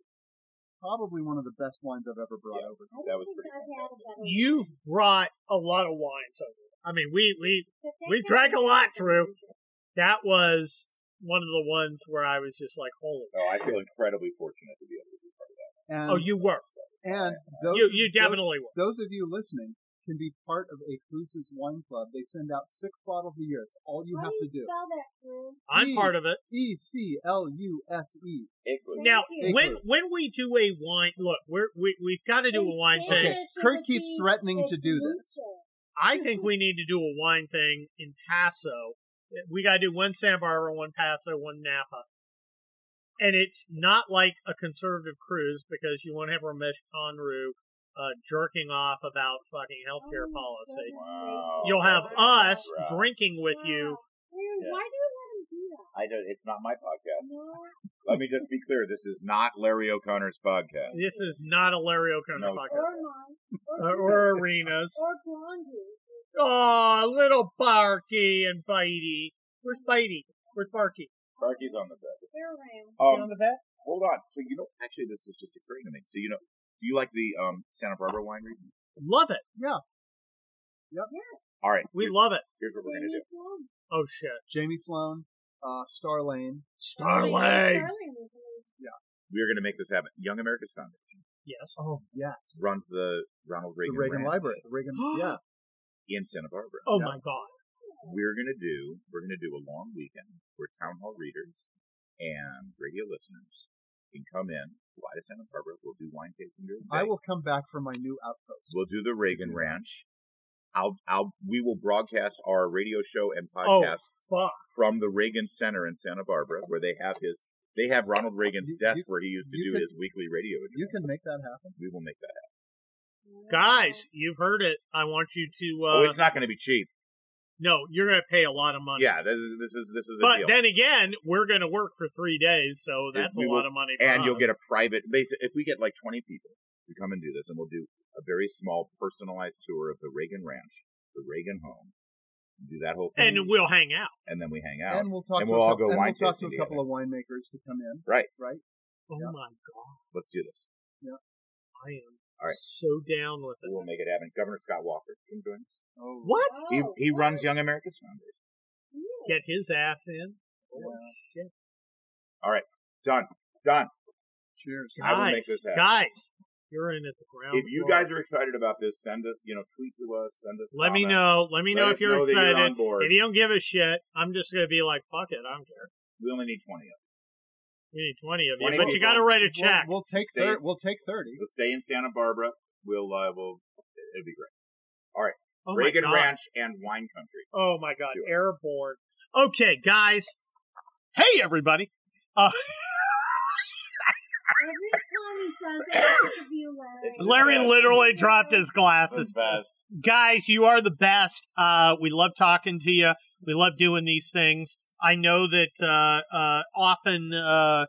Speaker 3: probably one of the best wines I've ever brought
Speaker 2: Yeah.
Speaker 3: over.
Speaker 1: Oh,
Speaker 5: I don't
Speaker 2: That was
Speaker 5: think
Speaker 2: pretty
Speaker 5: I've had a better
Speaker 1: You've brought a lot of wines over. I mean, we we
Speaker 5: one. But
Speaker 1: we
Speaker 5: that
Speaker 1: drank a lot, Drew.
Speaker 5: Cabernet was
Speaker 1: that was one of the ones where I was just like, holy.
Speaker 2: Oh, I feel incredibly fortunate to be able to do that.
Speaker 3: And,
Speaker 1: Oh, you were.
Speaker 3: and Um, those
Speaker 1: You you
Speaker 3: those-
Speaker 1: definitely were.
Speaker 3: those of you listening can be part of Ecluse's Wine Club. They send out six bottles a year. It's all you
Speaker 5: How
Speaker 3: have
Speaker 5: do
Speaker 3: to
Speaker 5: you
Speaker 3: do.
Speaker 5: spell that, Drew?
Speaker 1: I'm
Speaker 3: me.
Speaker 1: part of it.
Speaker 3: E C L U S E.
Speaker 2: Acres.
Speaker 1: Now,
Speaker 5: you.
Speaker 1: when when we do a wine, look, we're, we we've got to do a wine
Speaker 5: In
Speaker 1: thing.
Speaker 5: Spanish, it
Speaker 3: Kurt
Speaker 5: would
Speaker 3: keeps
Speaker 5: be
Speaker 3: threatening to do
Speaker 5: Ecluse.
Speaker 3: this.
Speaker 1: I think we need to do a wine thing in Paso. We got to do one Santa Barbara, one Paso, one Napa. And it's not like a conservative cruise because you won't have Ramesh Conru uh, jerking off about fucking healthcare
Speaker 5: Oh,
Speaker 1: policy.
Speaker 5: goodness.
Speaker 2: Wow.
Speaker 1: You'll have
Speaker 2: That's
Speaker 1: us
Speaker 2: right.
Speaker 1: drinking with
Speaker 5: Wow.
Speaker 1: you
Speaker 5: Drew,
Speaker 2: Yeah.
Speaker 5: Why do we let him do that?
Speaker 2: I don't, it's not my podcast.
Speaker 5: No.
Speaker 2: Let me just be clear. This is not Larry O'Connor's podcast.
Speaker 1: This is not a Larry O'Connor
Speaker 2: No.
Speaker 1: podcast.
Speaker 5: Or mine.
Speaker 1: Uh, or arenas.
Speaker 5: Or Blondie.
Speaker 1: Oh, little Barky and Bitey. Where's Bitey? Where's Barky?
Speaker 2: Barky's on the bed.
Speaker 5: They're around.
Speaker 1: you on
Speaker 2: Um,
Speaker 1: the bed?
Speaker 2: hold on. So you know, actually, this is just occurring to me. So you know, do you like the um Santa Barbara winery?
Speaker 1: Love it.
Speaker 2: All right.
Speaker 1: We
Speaker 2: here's,
Speaker 1: love it.
Speaker 2: here's what we're gonna do.
Speaker 5: Jamie's one.
Speaker 1: Oh shit.
Speaker 3: Jamie Sloan, uh, Starlane.
Speaker 1: Starlane.
Speaker 2: We are going to make this happen. Young America's Foundation
Speaker 7: Yes.
Speaker 3: Oh yes,
Speaker 2: runs the Ronald Reagan,
Speaker 3: the Reagan
Speaker 2: Ranch
Speaker 3: Library. The Reagan. yeah.
Speaker 2: in Santa Barbara.
Speaker 7: Oh
Speaker 2: Yeah.
Speaker 7: my God.
Speaker 2: We're going to do. We're going to do a long weekend where town hall readers and radio listeners can come in, fly to Santa Barbara. We'll do wine tasting during the day.
Speaker 3: I will come back for my new outpost.
Speaker 2: We'll do the Reagan Ranch. I'll, I'll, we will broadcast our radio show and
Speaker 3: Oh,
Speaker 2: podcast
Speaker 7: fuck.
Speaker 2: from the Reagan Center in Santa Barbara, where they have his, they have Ronald Reagan's
Speaker 3: You-
Speaker 2: desk
Speaker 3: you-
Speaker 2: where he used to
Speaker 3: you
Speaker 2: do
Speaker 3: can-
Speaker 2: his weekly radio.
Speaker 3: You can make that happen.
Speaker 2: We will make that happen.
Speaker 7: Guys, you've heard it. I want you to.
Speaker 2: oh,
Speaker 7: Uh,
Speaker 2: it's not going to be cheap.
Speaker 7: no, you're going to pay a lot of money.
Speaker 2: Yeah, this is this is, this is a
Speaker 7: But
Speaker 2: deal.
Speaker 7: then again, we're going to work for three days, so that's
Speaker 2: we
Speaker 7: a
Speaker 2: will-
Speaker 7: lot of money. For
Speaker 2: and you'll
Speaker 7: us.
Speaker 2: get a private. Basic, if we get like 20 people to come and do this, and we'll do a very small personalized tour of the Reagan Ranch, the Reagan home, do that whole thing,
Speaker 7: and we'll hang out.
Speaker 2: and then we hang out.
Speaker 3: And we'll talk.
Speaker 2: And
Speaker 3: to
Speaker 2: we'll
Speaker 3: a
Speaker 2: all
Speaker 3: couple,
Speaker 2: go
Speaker 3: and
Speaker 2: wine
Speaker 3: we'll talk to a
Speaker 2: tasting
Speaker 3: couple of winemakers to come in.
Speaker 2: Right.
Speaker 3: Right.
Speaker 7: Oh
Speaker 3: Yeah.
Speaker 7: my God,
Speaker 2: Let's do this.
Speaker 7: I am
Speaker 2: All right.
Speaker 7: so down with it.
Speaker 2: We'll make it happen. Governor Scott Walker can join us.
Speaker 3: Oh,
Speaker 7: What?
Speaker 2: He he runs Young America's Foundation.
Speaker 7: Get his ass in. Holy
Speaker 3: Yeah.
Speaker 7: shit.
Speaker 2: Done. Done.
Speaker 3: Cheers.
Speaker 7: Guys,
Speaker 2: I will make this happen.
Speaker 7: guys, you're in at the ground.
Speaker 2: If you
Speaker 7: floor.
Speaker 2: guys are excited about this, send us, you know, tweet to us, send us.
Speaker 7: let me
Speaker 2: comments.
Speaker 7: know. Let me
Speaker 2: Let
Speaker 7: know
Speaker 2: us
Speaker 7: if you're
Speaker 2: know that
Speaker 7: excited.
Speaker 2: on board.
Speaker 7: If you don't give a shit, I'm just gonna be like, fuck it, I don't care.
Speaker 2: We only need 20 of them.
Speaker 7: You need 20 of you,
Speaker 2: 20
Speaker 7: but you
Speaker 2: people.
Speaker 7: gotta write a check.
Speaker 3: We'll, we'll take
Speaker 2: Stay-
Speaker 3: thir- we'll take thirty.
Speaker 2: We'll stay in Santa Barbara. We'll, uh, we'll, it'll be great.
Speaker 7: oh
Speaker 2: Reagan
Speaker 7: my god.
Speaker 2: Ranch and Wine Country.
Speaker 7: Oh my god,
Speaker 2: Do it.
Speaker 7: airborne. Okay, guys.
Speaker 1: Hey, everybody.
Speaker 5: Every time he says that, it's a view Larry.
Speaker 1: Larry
Speaker 2: Yes.
Speaker 1: literally dropped his glasses. Guys, you are the best. Uh, we love talking to you. We love doing these things. I know that uh, uh, often uh,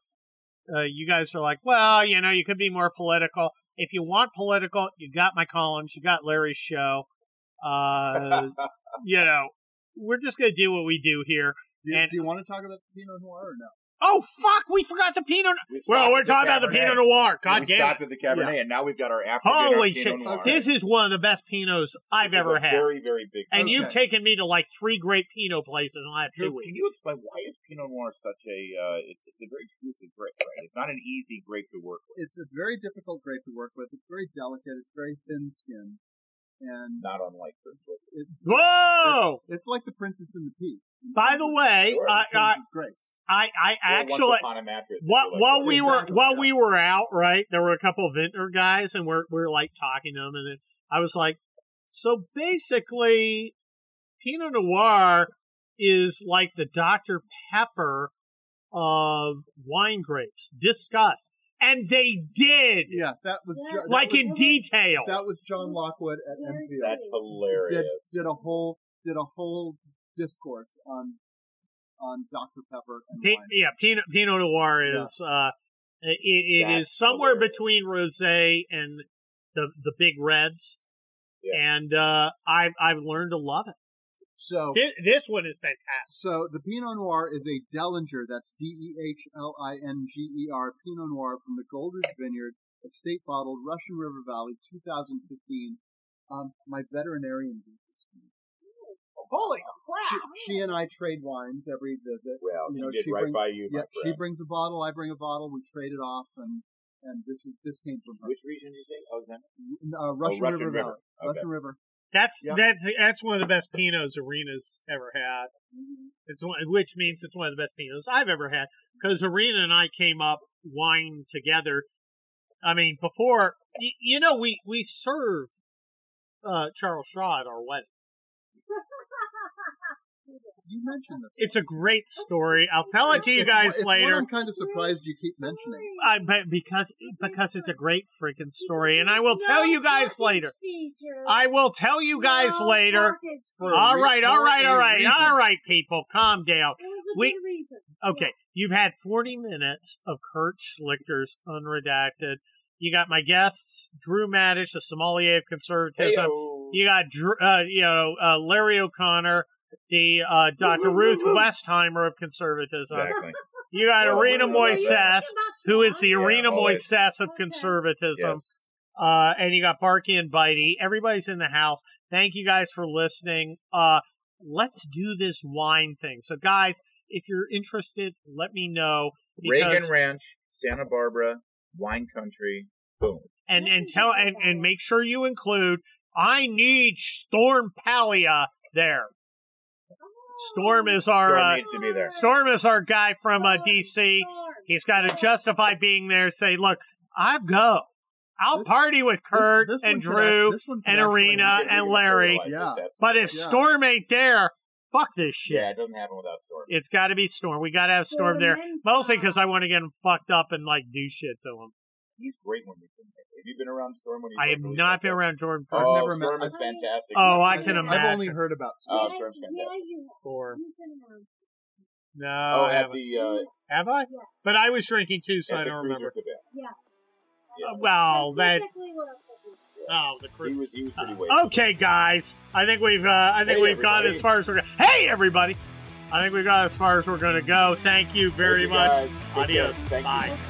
Speaker 1: uh, you guys are like, well, you know, you could be more political. If you want political, you got my columns, you got Larry's show. Uh, you know, we're just going to do what we do here.
Speaker 3: Do,
Speaker 1: And-
Speaker 3: do you want to talk about the Pinot Noir or no?
Speaker 1: Oh, fuck, we forgot the Pinot
Speaker 2: We stopped
Speaker 1: Well, we're
Speaker 2: at the
Speaker 1: talking about the
Speaker 2: Cabernet.
Speaker 1: Pinot Noir. God
Speaker 2: we
Speaker 1: damn
Speaker 2: stopped
Speaker 1: it.
Speaker 2: at the Cabernet, and now we've got our after
Speaker 1: Holy
Speaker 2: dinner
Speaker 1: shit.
Speaker 2: Pinot Noir.
Speaker 1: This is one of the best Pinots I've
Speaker 2: It's a
Speaker 1: ever had.
Speaker 2: Very, very big.
Speaker 1: And
Speaker 3: Okay.
Speaker 1: you've taken me to like three great Pinot places in the last
Speaker 2: Drew,
Speaker 1: two
Speaker 2: can
Speaker 1: weeks.
Speaker 2: you explain why is Pinot Noir such a? Uh, it's, it's a very exclusive grape, right? It's not an easy grape to work with.
Speaker 3: It's a very difficult grape to work with. It's very delicate. It's very thin skinned, and
Speaker 2: Not unlike the Swiss.
Speaker 3: it,
Speaker 1: Whoa!
Speaker 3: it's like the Princess and the Pea.
Speaker 1: By the way,
Speaker 2: Sure.
Speaker 1: I, I,
Speaker 3: grapes.
Speaker 1: I, I
Speaker 2: Or
Speaker 1: actually,
Speaker 2: once upon a mattress. if
Speaker 1: while,
Speaker 2: you like
Speaker 1: while
Speaker 2: that.
Speaker 1: we were
Speaker 3: Exactly,
Speaker 1: while
Speaker 3: yeah.
Speaker 1: we were out, right, there were a couple of vintner guys, and we're we're like talking to them, and then I was like, so basically, Pinot Noir is like the Dr Pepper of wine grapes. Discuss, and they did
Speaker 3: Yeah, that was
Speaker 5: Yeah.
Speaker 3: Jo- that
Speaker 1: like
Speaker 3: was,
Speaker 1: in detail.
Speaker 3: that was John Lockwood at
Speaker 5: Very
Speaker 3: MPO.
Speaker 2: That's hilarious.
Speaker 3: did, did a whole did a whole discourse on on Dr Pepper and
Speaker 1: P-
Speaker 3: wine.
Speaker 1: yeah, Pinot, Pinot Noir is uh, it, it
Speaker 2: That's
Speaker 1: is somewhere
Speaker 2: hilarious.
Speaker 1: between rosé and the the big reds,
Speaker 2: Yeah.
Speaker 1: and uh, I've I've learned to love it.
Speaker 3: So
Speaker 1: This, this one is fantastic.
Speaker 3: so the Pinot Noir is a Dellinger. That's D E H L I N G E R Pinot Noir from the Golders Vineyard, estate bottled Russian River Valley, 2015. Um, my veterinarian. uses it.
Speaker 1: Oh, Holy crap!
Speaker 3: She, she and I trade wines every visit.
Speaker 2: Well,
Speaker 3: You
Speaker 2: she
Speaker 3: know,
Speaker 2: did
Speaker 3: she
Speaker 2: right
Speaker 3: brings-
Speaker 2: by you, my
Speaker 3: Yeah, she brings
Speaker 2: friend.
Speaker 3: a bottle, I bring a bottle. We trade it off, and and this is this came from her.
Speaker 2: Which region did you say? Alexander?
Speaker 3: Uh, Russian,
Speaker 2: Oh, Russian
Speaker 3: River
Speaker 2: River.
Speaker 3: Valley.
Speaker 2: Okay.
Speaker 3: Russian River.
Speaker 1: That's
Speaker 3: Yeah.
Speaker 1: that's that's one of the best Pinots arenas ever had. It's one, which means it's one of the best Pinots I've ever had because Arena and I came up wine together. I mean, before y- you know, we we served uh, Charles Shaw at our wedding.
Speaker 3: You mentioned this.
Speaker 1: It's a great story. I'll tell it to you
Speaker 3: It's-
Speaker 1: guys
Speaker 3: it's one
Speaker 1: later.
Speaker 3: I'm kind of surprised you keep mentioning.
Speaker 1: I but because because it's a great freaking story, and I will tell you guys later. I will tell you guys later.
Speaker 3: For a
Speaker 1: All
Speaker 3: re-
Speaker 1: right, all
Speaker 3: for
Speaker 1: right,
Speaker 3: a
Speaker 1: all right,
Speaker 3: reason.
Speaker 1: all right, people, calm down. We-
Speaker 5: We, reason.
Speaker 1: Okay, you've had 40 minutes of Kurt Schlichter's unredacted. You got my guests, Drew Maddish, a sommelier of conservatism.
Speaker 3: oh.
Speaker 2: Heyo.
Speaker 1: You got Dr- uh, you know uh, Larry O'Connor, the uh, Dr. Ruth Westheimer of conservatism.
Speaker 2: Exactly.
Speaker 1: You got
Speaker 2: Well,
Speaker 1: Arena
Speaker 2: we're about
Speaker 1: Moises, who is the Arena
Speaker 2: always.
Speaker 1: Moises of
Speaker 5: Okay.
Speaker 1: conservatism.
Speaker 2: yes.
Speaker 1: Uh, and you got Barky and Bitey. Everybody's in the house. Thank you guys for listening. Uh, let's do this wine thing. So, guys, if you're interested, let me know.
Speaker 2: Reagan
Speaker 1: because-
Speaker 2: Ranch, Santa Barbara, wine country. Boom.
Speaker 1: and and tell and, and make sure you include I need Storm Palia there. Storm is our
Speaker 2: Storm
Speaker 1: uh,
Speaker 2: needs to be there.
Speaker 1: Storm is our guy from uh, DC. He's got to justify being there. Say, look, I go. I'll
Speaker 3: This-
Speaker 1: party with Kurt
Speaker 3: This- this
Speaker 1: and
Speaker 3: one could
Speaker 1: Drew
Speaker 3: act- this one could
Speaker 1: and
Speaker 3: actually
Speaker 1: Arena
Speaker 3: happen.
Speaker 1: and Larry.
Speaker 2: Realize
Speaker 3: Yeah.
Speaker 2: that that's-
Speaker 1: But if
Speaker 3: Yeah.
Speaker 1: Storm ain't there, fuck this shit.
Speaker 2: yeah, it doesn't happen without Storm.
Speaker 1: It's got to be Storm. We got to have Storm there. Mostly because I want to get him fucked up and like do shit to him.
Speaker 2: He's great when he's in there. Have you been around Storm when he's
Speaker 1: I have
Speaker 2: like really
Speaker 1: not been
Speaker 2: fucked up?
Speaker 1: around Jordan.
Speaker 3: I've
Speaker 2: Oh,
Speaker 3: never met-
Speaker 2: Storm is
Speaker 5: I've-
Speaker 2: fantastic.
Speaker 1: Oh, I
Speaker 3: I've-
Speaker 1: can
Speaker 3: I've only
Speaker 1: imagine.
Speaker 3: heard about.
Speaker 2: Oh, Storm's fantastic.
Speaker 1: Storm.
Speaker 5: You've been around.
Speaker 1: No,
Speaker 2: Oh,
Speaker 1: I
Speaker 2: at
Speaker 1: haven't.
Speaker 2: the uh,
Speaker 1: Have I? But I was drinking too, so I
Speaker 2: at the
Speaker 1: don't
Speaker 2: cruiser
Speaker 1: remember.
Speaker 2: Quebec.
Speaker 1: Uh, well, that
Speaker 5: That's technically what I'm thinking.
Speaker 1: oh the
Speaker 2: He
Speaker 1: cruise.
Speaker 2: was he was pretty wasted.
Speaker 1: Okay, guys, I think we've uh, I think
Speaker 2: Hey,
Speaker 1: we've gone
Speaker 2: everybody.
Speaker 1: as far as we're. Gonna- hey, everybody! I think we got as far as we're going to go. Thank you very
Speaker 2: Thank you
Speaker 1: much.
Speaker 2: guys. Take care.
Speaker 1: Adios.
Speaker 2: Thank you.
Speaker 1: Bye.